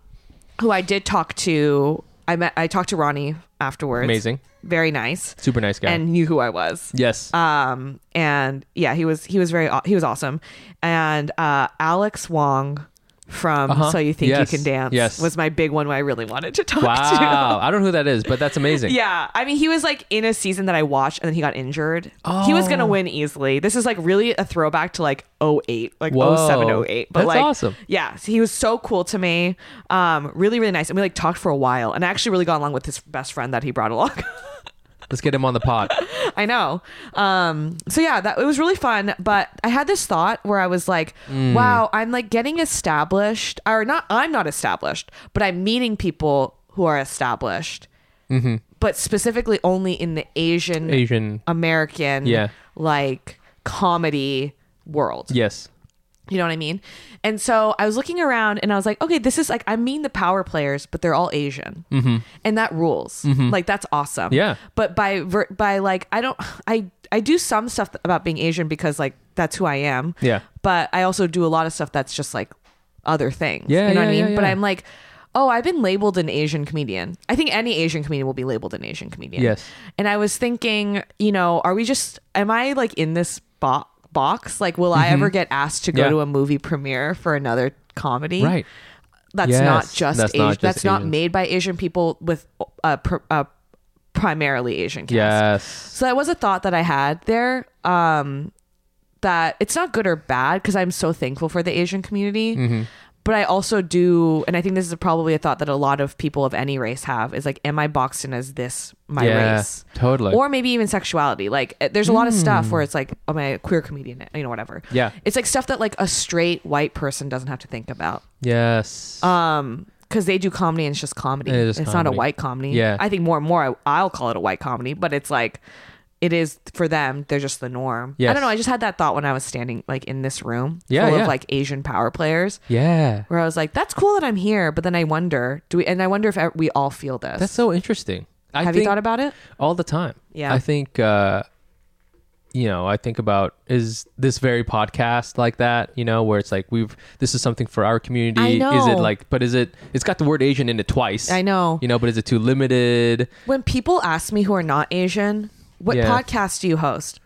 Speaker 2: who I did talk to, I met. I talked to Ronnie afterwards.
Speaker 1: Amazing.
Speaker 2: very nice,
Speaker 1: Super nice guy.
Speaker 2: and knew who I was.
Speaker 1: yes.
Speaker 2: Um, and yeah, he was he was very au- he was awesome. And uh, Alex Wong from
Speaker 1: Uh-huh.
Speaker 2: So You Think
Speaker 1: Yes.
Speaker 2: You Can Dance
Speaker 1: Yes.
Speaker 2: was my big one. Where I really wanted to talk [laughs] to.
Speaker 1: wow. I don't know who that is, but that's amazing.
Speaker 2: Yeah, I mean, he was like in a season that I watched, and then he got injured. He was
Speaker 1: Oh.
Speaker 2: gonna win easily. This is like really a throwback to like 08, like
Speaker 1: Whoa.
Speaker 2: oh seven, oh eight. But
Speaker 1: That's
Speaker 2: like,
Speaker 1: awesome.
Speaker 2: Yeah, so he was so cool to me. Um, really, really nice, and we like talked for a while, and I actually really got along with his best friend that he brought along.
Speaker 1: Let's get him on the pod.
Speaker 2: I know. Um, so yeah, that it was really fun. But I had this thought where I was like, wow, I'm like getting established, or not. I'm not established, but I'm meeting people who are established. But specifically, only in the Asian
Speaker 1: Asian.
Speaker 2: American,
Speaker 1: Yeah.
Speaker 2: like comedy world.
Speaker 1: Yes.
Speaker 2: You know what I mean? And so I was looking around and I was like, okay, this is like, I mean the power players, but they're all Asian. Mm-hmm. And that rules. Like, that's awesome.
Speaker 1: Mm-hmm. Yeah.
Speaker 2: But by, ver- by like, I don't, I, I do some stuff about being Asian because like, that's who I am.
Speaker 1: Yeah.
Speaker 2: But I also do a lot of stuff that's just like other things.
Speaker 1: Yeah,
Speaker 2: You know what I
Speaker 1: yeah,
Speaker 2: mean?
Speaker 1: yeah,
Speaker 2: But
Speaker 1: yeah.
Speaker 2: I'm like, oh, I've been labeled an Asian comedian. I think any Asian comedian will be labeled an Asian comedian.
Speaker 1: Yes.
Speaker 2: And I was thinking, you know, are we just, am I like in this bo- box? Like, will I ever get asked to go
Speaker 1: Mm-hmm. Yeah.
Speaker 2: to a movie premiere for another comedy?
Speaker 1: Right.
Speaker 2: That's
Speaker 1: Yes.
Speaker 2: not just
Speaker 1: That's
Speaker 2: that's
Speaker 1: not just
Speaker 2: that's not
Speaker 1: Asians.
Speaker 2: made by Asian people with uh, pr- uh, primarily Asian cast.
Speaker 1: Yes.
Speaker 2: So that was a thought that I had there. Um, that it's not good or bad because I'm so thankful for the Asian community.
Speaker 1: Mm-hmm.
Speaker 2: But I also do, and I think this is probably a thought that a lot of people of any race have is like, am I boxed in as this my
Speaker 1: Yeah,
Speaker 2: race?
Speaker 1: totally.
Speaker 2: Or maybe even sexuality. Like, eh, there's a lot of stuff where it's like, am I a queer comedian? You know, whatever.
Speaker 1: Hmm. Yeah.
Speaker 2: It's like stuff that like a straight white person doesn't have to think about.
Speaker 1: Yes.
Speaker 2: Um, because they do comedy and it's just comedy.
Speaker 1: It is
Speaker 2: it's not a
Speaker 1: comedy.
Speaker 2: white comedy.
Speaker 1: Yeah.
Speaker 2: I think more and more I, I'll call it a white comedy, but it's like it is for them. They're just the norm.
Speaker 1: Yes.
Speaker 2: I don't know. I just had that thought when I was standing like in this room
Speaker 1: Yeah,
Speaker 2: full
Speaker 1: yeah.
Speaker 2: of like Asian power players,
Speaker 1: yeah.
Speaker 2: where I was like, "That's cool that I'm here," but then I wonder, do we? And I wonder if e- we all feel this.
Speaker 1: That's so interesting. I
Speaker 2: Have
Speaker 1: think
Speaker 2: you thought about it?
Speaker 1: all the time.
Speaker 2: Yeah.
Speaker 1: I think uh you know, I think about is this very podcast like that, you know, where it's like we've this is something for our community.
Speaker 2: I
Speaker 1: Is it
Speaker 2: know.
Speaker 1: like but is it it's got the word Asian in it twice.
Speaker 2: I know.
Speaker 1: You know, but is it too limited?
Speaker 2: When people ask me who are not Asian, what
Speaker 1: Yeah.
Speaker 2: podcast do you host?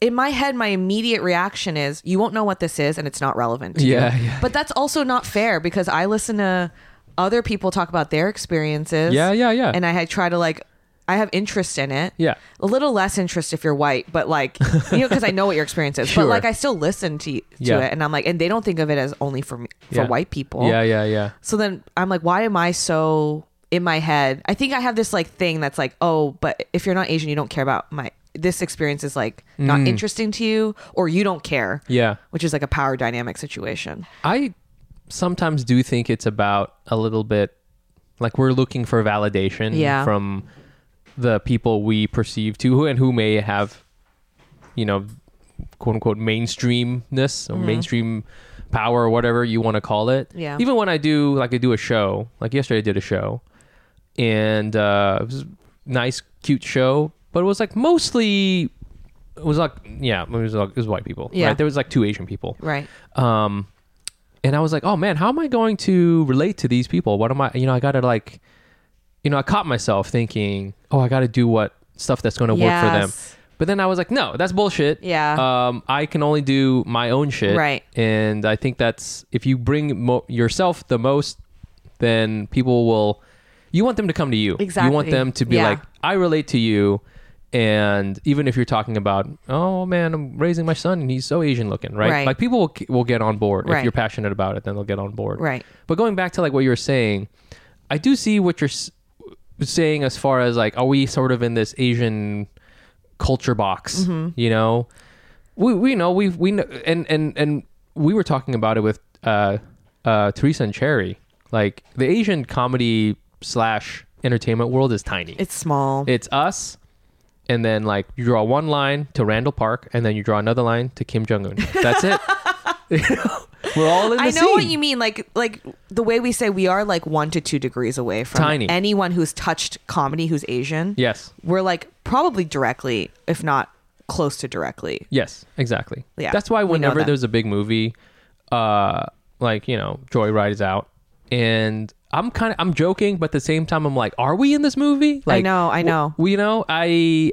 Speaker 2: In my head, my immediate reaction is, you won't know what this is and it's not relevant to
Speaker 1: Yeah,
Speaker 2: you.
Speaker 1: yeah.
Speaker 2: But that's also not fair because I listen to other people talk about their experiences.
Speaker 1: Yeah, yeah, yeah.
Speaker 2: And I had try to like, I have interest in it.
Speaker 1: Yeah.
Speaker 2: A little less interest if you're white, but
Speaker 1: [laughs]
Speaker 2: like, you know, because I know what your experience is.
Speaker 1: Sure.
Speaker 2: But like, I still listen to, to
Speaker 1: Yeah.
Speaker 2: it and I'm like, and they don't think of it as only for me, for
Speaker 1: Yeah.
Speaker 2: white people.
Speaker 1: Yeah, yeah, yeah.
Speaker 2: So then I'm like, why am I so in my head? I think I have this like thing that's like, oh, but if you're not Asian, you don't care about my this experience is like not interesting to you or you don't care.
Speaker 1: Mm. Yeah.
Speaker 2: Which is like a power dynamic situation.
Speaker 1: I sometimes do think it's about a little bit like we're looking for validation
Speaker 2: Yeah.
Speaker 1: from the people we perceive to who and who may have you know quote unquote mainstreamness or mainstream power or whatever you want to call it.
Speaker 2: Yeah.
Speaker 1: Even when I do like I do a show, like yesterday I did a show, and uh, it was a nice, cute show, but it was like mostly. It was like yeah, it was like it was white people.
Speaker 2: Yeah.
Speaker 1: Right? There was like two Asian people.
Speaker 2: Right.
Speaker 1: Um, and I was like, oh man, how am I going to relate to these people? What am I, you know, I gotta like, you know, I caught myself thinking, oh, I gotta do what stuff that's gonna work for them.
Speaker 2: Yes.
Speaker 1: But then I was like, no, that's bullshit.
Speaker 2: Yeah.
Speaker 1: Um, I can only do my own shit.
Speaker 2: Right.
Speaker 1: And I think that's if you bring mo- yourself the most, then people will. You want them to come to you. You want
Speaker 2: Exactly.
Speaker 1: them to be
Speaker 2: Yeah.
Speaker 1: like, I relate to you. And even if you're talking about, oh man, I'm raising my son and he's so Asian looking, right?
Speaker 2: Right.
Speaker 1: Like people will, will get on board if
Speaker 2: Right.
Speaker 1: you're passionate about it, then they'll get on board.
Speaker 2: Right.
Speaker 1: But going back to like what you were saying, I do see what you're s- saying as far as like, are we sort of in this Asian culture box?
Speaker 2: Mm-hmm.
Speaker 1: You know, we we know we we know, and and and we were talking about it with uh uh Teresa and Cherry. Like the Asian comedy slash entertainment world is tiny.
Speaker 2: It's small.
Speaker 1: It's us, and then like you draw one line to Randall Park, and then you draw another line to Kim Jong Un. That's
Speaker 2: [laughs]
Speaker 1: it. [laughs] You know? We're all in the
Speaker 2: I know
Speaker 1: scene.
Speaker 2: what you mean. Like like the way we say we are like one to two degrees away from
Speaker 1: Tiny.
Speaker 2: anyone who's touched comedy who's Asian.
Speaker 1: Yes.
Speaker 2: We're like probably directly, if not close to directly.
Speaker 1: Yes, exactly.
Speaker 2: Yeah,
Speaker 1: That's why
Speaker 2: we know
Speaker 1: whenever
Speaker 2: that.
Speaker 1: there's a big movie, uh, like you know, Joyride is out, and I'm kind of I'm joking, but at the same time, I'm like, are we in this movie? Like,
Speaker 2: know, I
Speaker 1: w-
Speaker 2: know.
Speaker 1: We know, I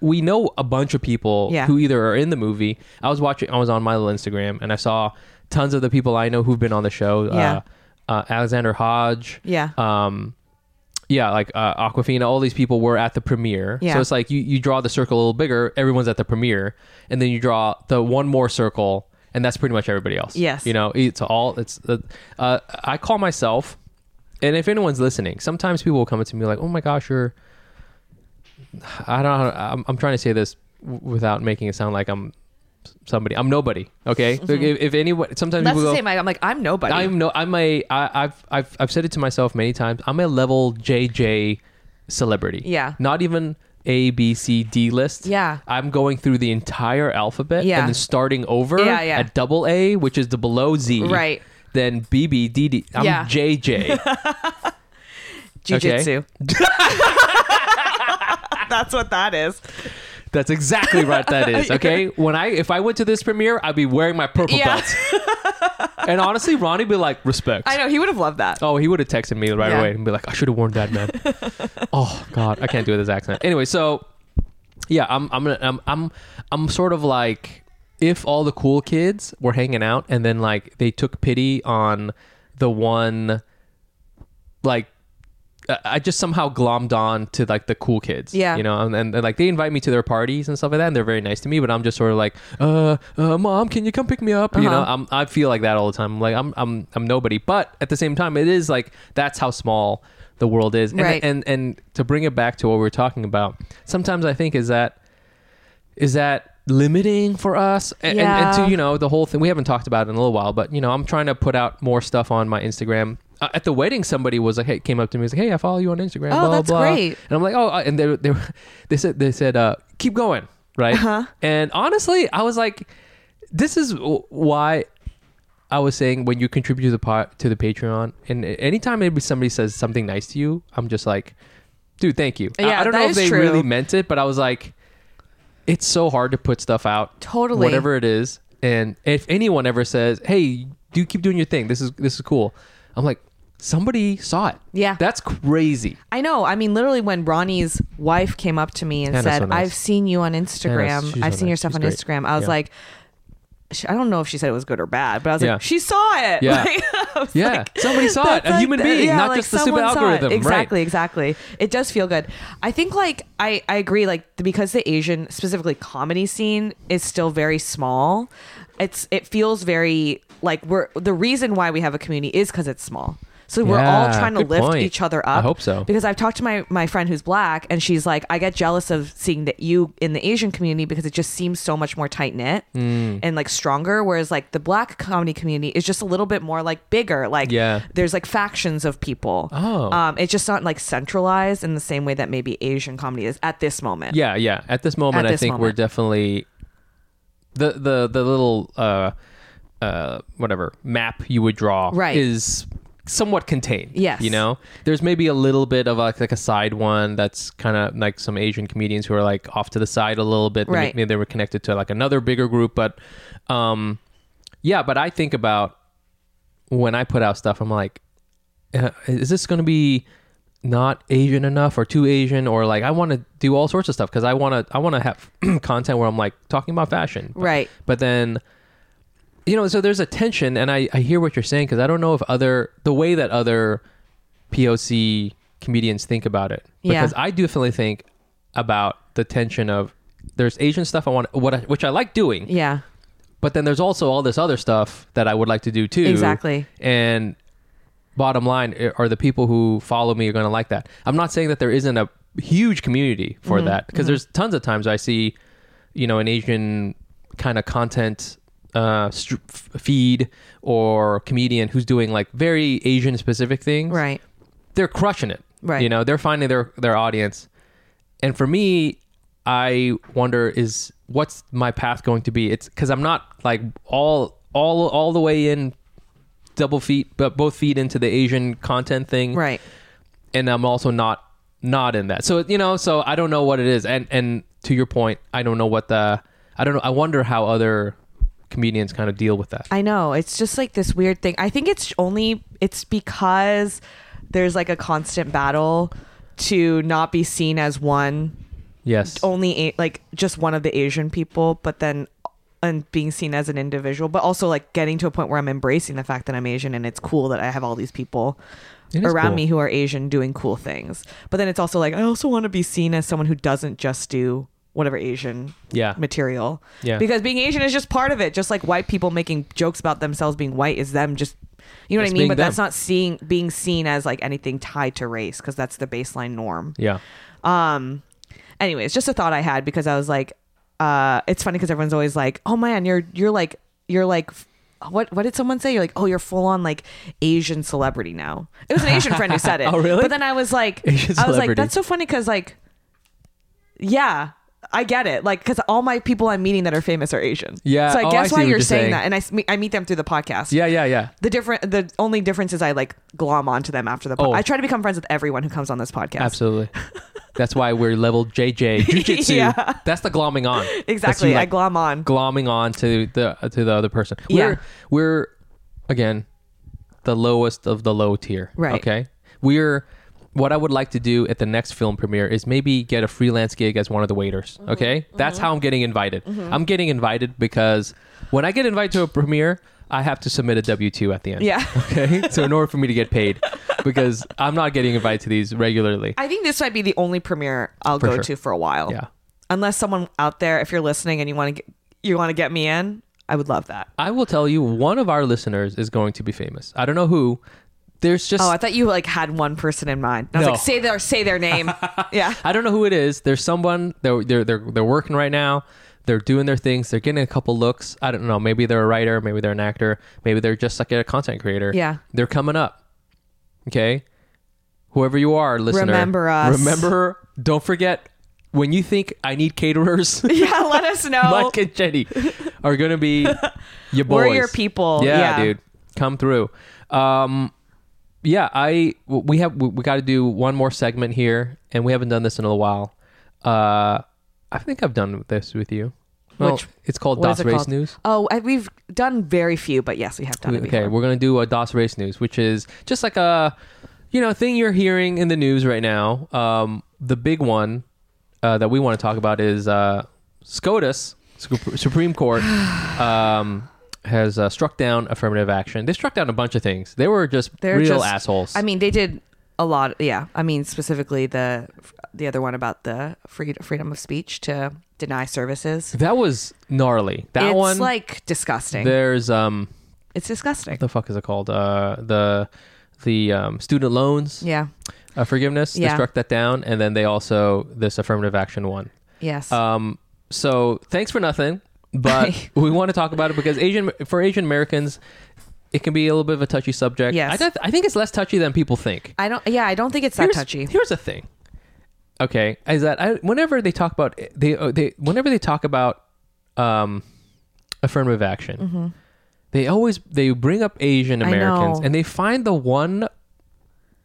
Speaker 1: we know a bunch of people
Speaker 2: Yeah.
Speaker 1: who either are in the movie. I was watching, I was on my little Instagram, and I saw tons of the people I know who've been on the show.
Speaker 2: Yeah.
Speaker 1: Uh, uh, Alexander Hodge.
Speaker 2: Yeah.
Speaker 1: Um, yeah, like uh, Aquafina, all these people were at the premiere.
Speaker 2: Yeah.
Speaker 1: So it's like you, you draw the circle a little bigger, everyone's at the premiere, and then you draw the one more circle, and that's pretty much everybody else.
Speaker 2: Yes.
Speaker 1: You know, it's all, it's, uh, uh, I call myself, and if anyone's listening, sometimes people will come up to me like, oh my gosh, you're, I don't know, how- I'm, I'm trying to say this w- without making it sound like I'm somebody. I'm nobody, okay? Like, if, if anyone, sometimes
Speaker 2: Mm-hmm. That's
Speaker 1: people
Speaker 2: the
Speaker 1: go,
Speaker 2: same. I- I'm like I'm nobody.
Speaker 1: I'm no. I'm a. I, I've I've I've said it to myself many times. I'm a level JJ celebrity.
Speaker 2: Yeah.
Speaker 1: Not even A B C D list.
Speaker 2: Yeah.
Speaker 1: I'm going through the entire alphabet.
Speaker 2: Yeah.
Speaker 1: And then starting over.
Speaker 2: Yeah, yeah.
Speaker 1: At double A, which is the below Z.
Speaker 2: Right.
Speaker 1: Then B B D D. I'm
Speaker 2: Yeah. [laughs]
Speaker 1: JJ.
Speaker 2: jujitsu. [laughs] That's what that
Speaker 1: [laughs]
Speaker 2: is.
Speaker 1: That's exactly right. That is okay. When I if I went to this premiere, I'd be wearing my purple
Speaker 2: Yeah.
Speaker 1: belt.
Speaker 2: [laughs]
Speaker 1: and honestly, Ronnie would be like, respect.
Speaker 2: I know he would have loved that.
Speaker 1: Oh, he would have texted me right
Speaker 2: Yeah.
Speaker 1: away and be like, "I should have warned that
Speaker 2: [laughs]
Speaker 1: man." oh God, I can't do this accent. Anyway, so yeah, I'm I'm gonna- I'm I'm I'm sort of like if all the cool kids were hanging out and then like they took pity on the one like I- I just somehow glommed on to like the cool kids,
Speaker 2: Yeah.
Speaker 1: You know, and, and, and, like they invite me to their parties and stuff like that, and they're very nice to me. But I'm just sort of like, uh, uh mom, can you come pick me up? You know,
Speaker 2: Uh-huh.
Speaker 1: I'm I feel like that all the time. I'm like I'm I'm I'm nobody, but at the same time, it is like that's how small the world is. And,
Speaker 2: Right.
Speaker 1: and and to bring it back to what we were talking about, sometimes I think is that is that limiting for us and, and, and
Speaker 2: Yeah.
Speaker 1: to you know the whole thing we haven't talked about it in a little while but you know i'm trying to put out more stuff on my instagram uh, at the wedding somebody was like hey came up to me and was like hey i follow you on instagram
Speaker 2: Oh,
Speaker 1: blah
Speaker 2: that's
Speaker 1: blah
Speaker 2: great.
Speaker 1: and i'm like oh uh, and they, [laughs] they, they said they said uh keep going right
Speaker 2: Uh-huh.
Speaker 1: and honestly i was like this is w- why I was saying when you contribute to the pot to the Patreon, and anytime maybe somebody says something nice to you, I'm just like, dude, thank you. I- I,
Speaker 2: Yeah,
Speaker 1: don't
Speaker 2: that
Speaker 1: know if
Speaker 2: is
Speaker 1: they
Speaker 2: true.
Speaker 1: really meant it, but I was like, it's so hard to put stuff out,
Speaker 2: Totally.
Speaker 1: whatever it is. And if anyone ever says, hey, do keep doing your thing. This is this is cool. I'm like, somebody saw it.
Speaker 2: Yeah.
Speaker 1: that's crazy.
Speaker 2: I know. I mean, literally, when Ronnie's wife came up to me and
Speaker 1: Hannah's
Speaker 2: said,
Speaker 1: so nice.
Speaker 2: "I've seen you on Instagram.
Speaker 1: she's so
Speaker 2: I've seen
Speaker 1: nice.
Speaker 2: your stuff
Speaker 1: She's
Speaker 2: on
Speaker 1: great.
Speaker 2: Instagram," I was
Speaker 1: Yeah.
Speaker 2: like, sh- "I don't know if she said it was good or bad, but I was
Speaker 1: Yeah.
Speaker 2: like, she saw it.
Speaker 1: Yeah.
Speaker 2: [laughs] Like, I was
Speaker 1: Yeah,
Speaker 2: like,
Speaker 1: somebody saw it.
Speaker 2: that's
Speaker 1: A
Speaker 2: like
Speaker 1: human
Speaker 2: the-
Speaker 1: being,
Speaker 2: yeah,
Speaker 1: not
Speaker 2: like
Speaker 1: just the stupid
Speaker 2: someone saw it.
Speaker 1: algorithm. Right.
Speaker 2: Exactly, exactly. It does feel good. I think, like, I I agree. Like, because the Asian, specifically comedy scene, is still very small. It's it feels very like we're the reason why we have a community is because it's small. So we're all
Speaker 1: Yeah,
Speaker 2: trying to
Speaker 1: good
Speaker 2: lift
Speaker 1: point.
Speaker 2: each other
Speaker 1: I
Speaker 2: up.
Speaker 1: hope so.
Speaker 2: Because I've talked to my my friend who's black, and she's like, I get jealous of seeing that you in the Asian community because it just seems so much more tight knit
Speaker 1: Mm.
Speaker 2: and like stronger. Whereas like the black comedy community is just a little bit more like bigger. Like
Speaker 1: Yeah.
Speaker 2: there's like factions of people.
Speaker 1: Oh.
Speaker 2: um, it's just not like centralized in the same way that maybe Asian comedy is at this moment.
Speaker 1: Yeah, yeah. At this moment,
Speaker 2: At
Speaker 1: I
Speaker 2: this
Speaker 1: think we're
Speaker 2: moment.
Speaker 1: definitely the the the little uh uh whatever map you would draw
Speaker 2: Right.
Speaker 1: is somewhat contained.
Speaker 2: Yes.
Speaker 1: you know, there's maybe a little bit of like like a side one that's kind of like some Asian comedians who are like off to the side a little bit.
Speaker 2: Right.
Speaker 1: Maybe they were connected to like another bigger group, but um, yeah. But I think about when I put out stuff, I'm like, uh, is this going to be not Asian enough or too Asian or like I want to do all sorts of stuff because I want to I want to have [clears throat] content where I'm like talking about fashion, But-
Speaker 2: Right.
Speaker 1: But then, you know, so there's a tension, and I I hear what you're saying because I don't know if other the way that other POC comedians think about it
Speaker 2: Yeah.
Speaker 1: because I definitely think about the tension of there's Asian stuff I want what I, which I like doing,
Speaker 2: Yeah.
Speaker 1: but then there's also all this other stuff that I would like to do too.
Speaker 2: Exactly.
Speaker 1: And bottom line, i- are the people who follow me are going to like that? I'm not saying that there isn't a huge community for
Speaker 2: Mm-hmm.
Speaker 1: that because there's tons of times I see, you know, an Asian kind of content uh, str- f- feed or comedian who's doing like very Asian specific things
Speaker 2: Right.
Speaker 1: they're crushing it.
Speaker 2: Right.
Speaker 1: You know, they're finding their their audience. And for me, I wonder is what's my path going to be? It's cuz I'm not like all all all the way in double feet but both feet into the Asian content thing
Speaker 2: Right.
Speaker 1: and I'm also not not in that. So you know, so I don't know what it is. And and to your point, I don't know what the I don't know I wonder how other comedians kind of deal with that.
Speaker 2: I know. It's just like this weird thing. I think it's only it's because there's like a constant battle to not be seen as one
Speaker 1: yes.
Speaker 2: only a- like just one of the Asian people, but then and being seen as an individual, but also like getting to a point where I'm embracing the fact that I'm Asian and it's cool that I have all these people
Speaker 1: It is
Speaker 2: around
Speaker 1: cool.
Speaker 2: me who are Asian doing cool things. But then it's also like I also want to be seen as someone who doesn't just do whatever Asian
Speaker 1: Yeah.
Speaker 2: material.
Speaker 1: Yeah.
Speaker 2: Because being Asian is just part of it. Just like white people making jokes about themselves being white is them just you know
Speaker 1: It's
Speaker 2: what I mean?
Speaker 1: being
Speaker 2: But that's
Speaker 1: them.
Speaker 2: not seeing being seen as like anything tied to race because that's the baseline norm.
Speaker 1: Yeah.
Speaker 2: Um, anyways, just a thought I had because I was like, uh, it's funny because everyone's always like, oh man, you're you're like you're like. f- What what did someone say? You're like, oh, you're full on like Asian celebrity now. It was an Asian friend who said
Speaker 1: [laughs]
Speaker 2: it.
Speaker 1: Oh, really?
Speaker 2: But then I was like,
Speaker 1: Asian
Speaker 2: I was
Speaker 1: celebrity.
Speaker 2: like, that's so funny because like, yeah, I get it. Like, because all my people I'm meeting that are famous are Asian.
Speaker 1: Yeah.
Speaker 2: So
Speaker 1: Oh,
Speaker 2: I
Speaker 1: I
Speaker 2: guess
Speaker 1: see
Speaker 2: why
Speaker 1: what
Speaker 2: you're,
Speaker 1: you're
Speaker 2: saying,
Speaker 1: saying.
Speaker 2: that, and I s- meet- I meet them through the podcast.
Speaker 1: Yeah, yeah, yeah.
Speaker 2: The different, the only difference is I like glom onto them after the. Po-
Speaker 1: Oh.
Speaker 2: I try to become friends with everyone who comes on this podcast.
Speaker 1: Absolutely. That's why we're level JJ jujitsu.
Speaker 2: [laughs] Yeah.
Speaker 1: That's the glomming on. That's
Speaker 2: Exactly.
Speaker 1: you,
Speaker 2: I
Speaker 1: like,
Speaker 2: glom on.
Speaker 1: glomming on to the to the other person. We're,
Speaker 2: Yeah.
Speaker 1: We're again the lowest of the low tier.
Speaker 2: Right.
Speaker 1: Okay. We're what I would like to do at the next film premiere is maybe get a freelance gig as one of the waiters.
Speaker 2: Mm-hmm.
Speaker 1: Okay. That's how I'm getting invited. I'm getting invited because when I get invited to a premiere, I have to submit a W two at the end.
Speaker 2: Yeah.
Speaker 1: Okay. so in order for me to get paid, because I'm not getting invited to these regularly.
Speaker 2: I think this might be the only premiere I'll
Speaker 1: For
Speaker 2: go
Speaker 1: sure.
Speaker 2: to for a while.
Speaker 1: Yeah.
Speaker 2: Unless someone out there, if you're listening and you want to get, you want to get me in, I would love that.
Speaker 1: I will tell you, one of our listeners is going to be famous. I don't know who. There's just
Speaker 2: Oh, I thought you like had one person in mind. And I was
Speaker 1: No.
Speaker 2: like, say their say their [laughs] name. yeah.
Speaker 1: I don't know who it is. There's someone they're they're they're, they're working right now. They're doing their things. They're getting a couple looks. I don't know. Maybe they're a writer. Maybe they're an actor. Maybe they're just like a content creator.
Speaker 2: Yeah.
Speaker 1: They're coming up. Okay. Whoever you are, listener,
Speaker 2: Remember us.
Speaker 1: Remember. Don't forget when you think I need caterers.
Speaker 2: [laughs]
Speaker 1: [laughs]
Speaker 2: Yeah, let us know.
Speaker 1: Mike and Jenny are gonna
Speaker 2: [laughs]
Speaker 1: be your boys.
Speaker 2: We're your people.
Speaker 1: Yeah,
Speaker 2: Yeah.
Speaker 1: dude, come through. Um, yeah, I w- we have we, we got to do one more segment here, and we haven't done this in a little while. Uh, I think I've done this with you. Well,
Speaker 2: Which-
Speaker 1: it's called
Speaker 2: What is
Speaker 1: DOS
Speaker 2: it
Speaker 1: Race
Speaker 2: called?
Speaker 1: News.
Speaker 2: Oh, I, we've done very few, but yes, we have done it
Speaker 1: Okay,
Speaker 2: before.
Speaker 1: we're gonna do a DOS Race News, which is just like a you know thing you're hearing in the news right now. Um, the big one uh, that we want to talk about is uh, SCOTUS, Sup- Supreme
Speaker 2: [sighs]
Speaker 1: Court, um, has uh, struck down affirmative action. They struck down a bunch of things. They were just
Speaker 2: They're
Speaker 1: real
Speaker 2: just-
Speaker 1: assholes.
Speaker 2: I mean, they did a lot. Yeah, I mean specifically the the other one about the free, freedom of speech to deny services.
Speaker 1: that was gnarly. That
Speaker 2: it's
Speaker 1: one.
Speaker 2: like disgusting.
Speaker 1: there's um,
Speaker 2: it's disgusting.
Speaker 1: the fuck is it called? Uh, the the um, student loans
Speaker 2: yeah.
Speaker 1: uh, forgiveness. They
Speaker 2: Yeah.
Speaker 1: struck that down, and then they also this affirmative action one.
Speaker 2: Yes.
Speaker 1: Um, so thanks for nothing,
Speaker 2: [laughs]
Speaker 1: but we want to talk about it because Asian for Asian Americans, it can be a little bit of a touchy subject.
Speaker 2: Yes.
Speaker 1: I, th- I think it's less touchy than people think.
Speaker 2: I don't. Yeah, I don't think it's that
Speaker 1: here's,
Speaker 2: touchy.
Speaker 1: Here's the thing. Okay, is that I, whenever they talk about they uh, they whenever they talk about um affirmative action. They always they bring up Asian
Speaker 2: Mm-hmm. I
Speaker 1: Americans
Speaker 2: know.
Speaker 1: and they find the one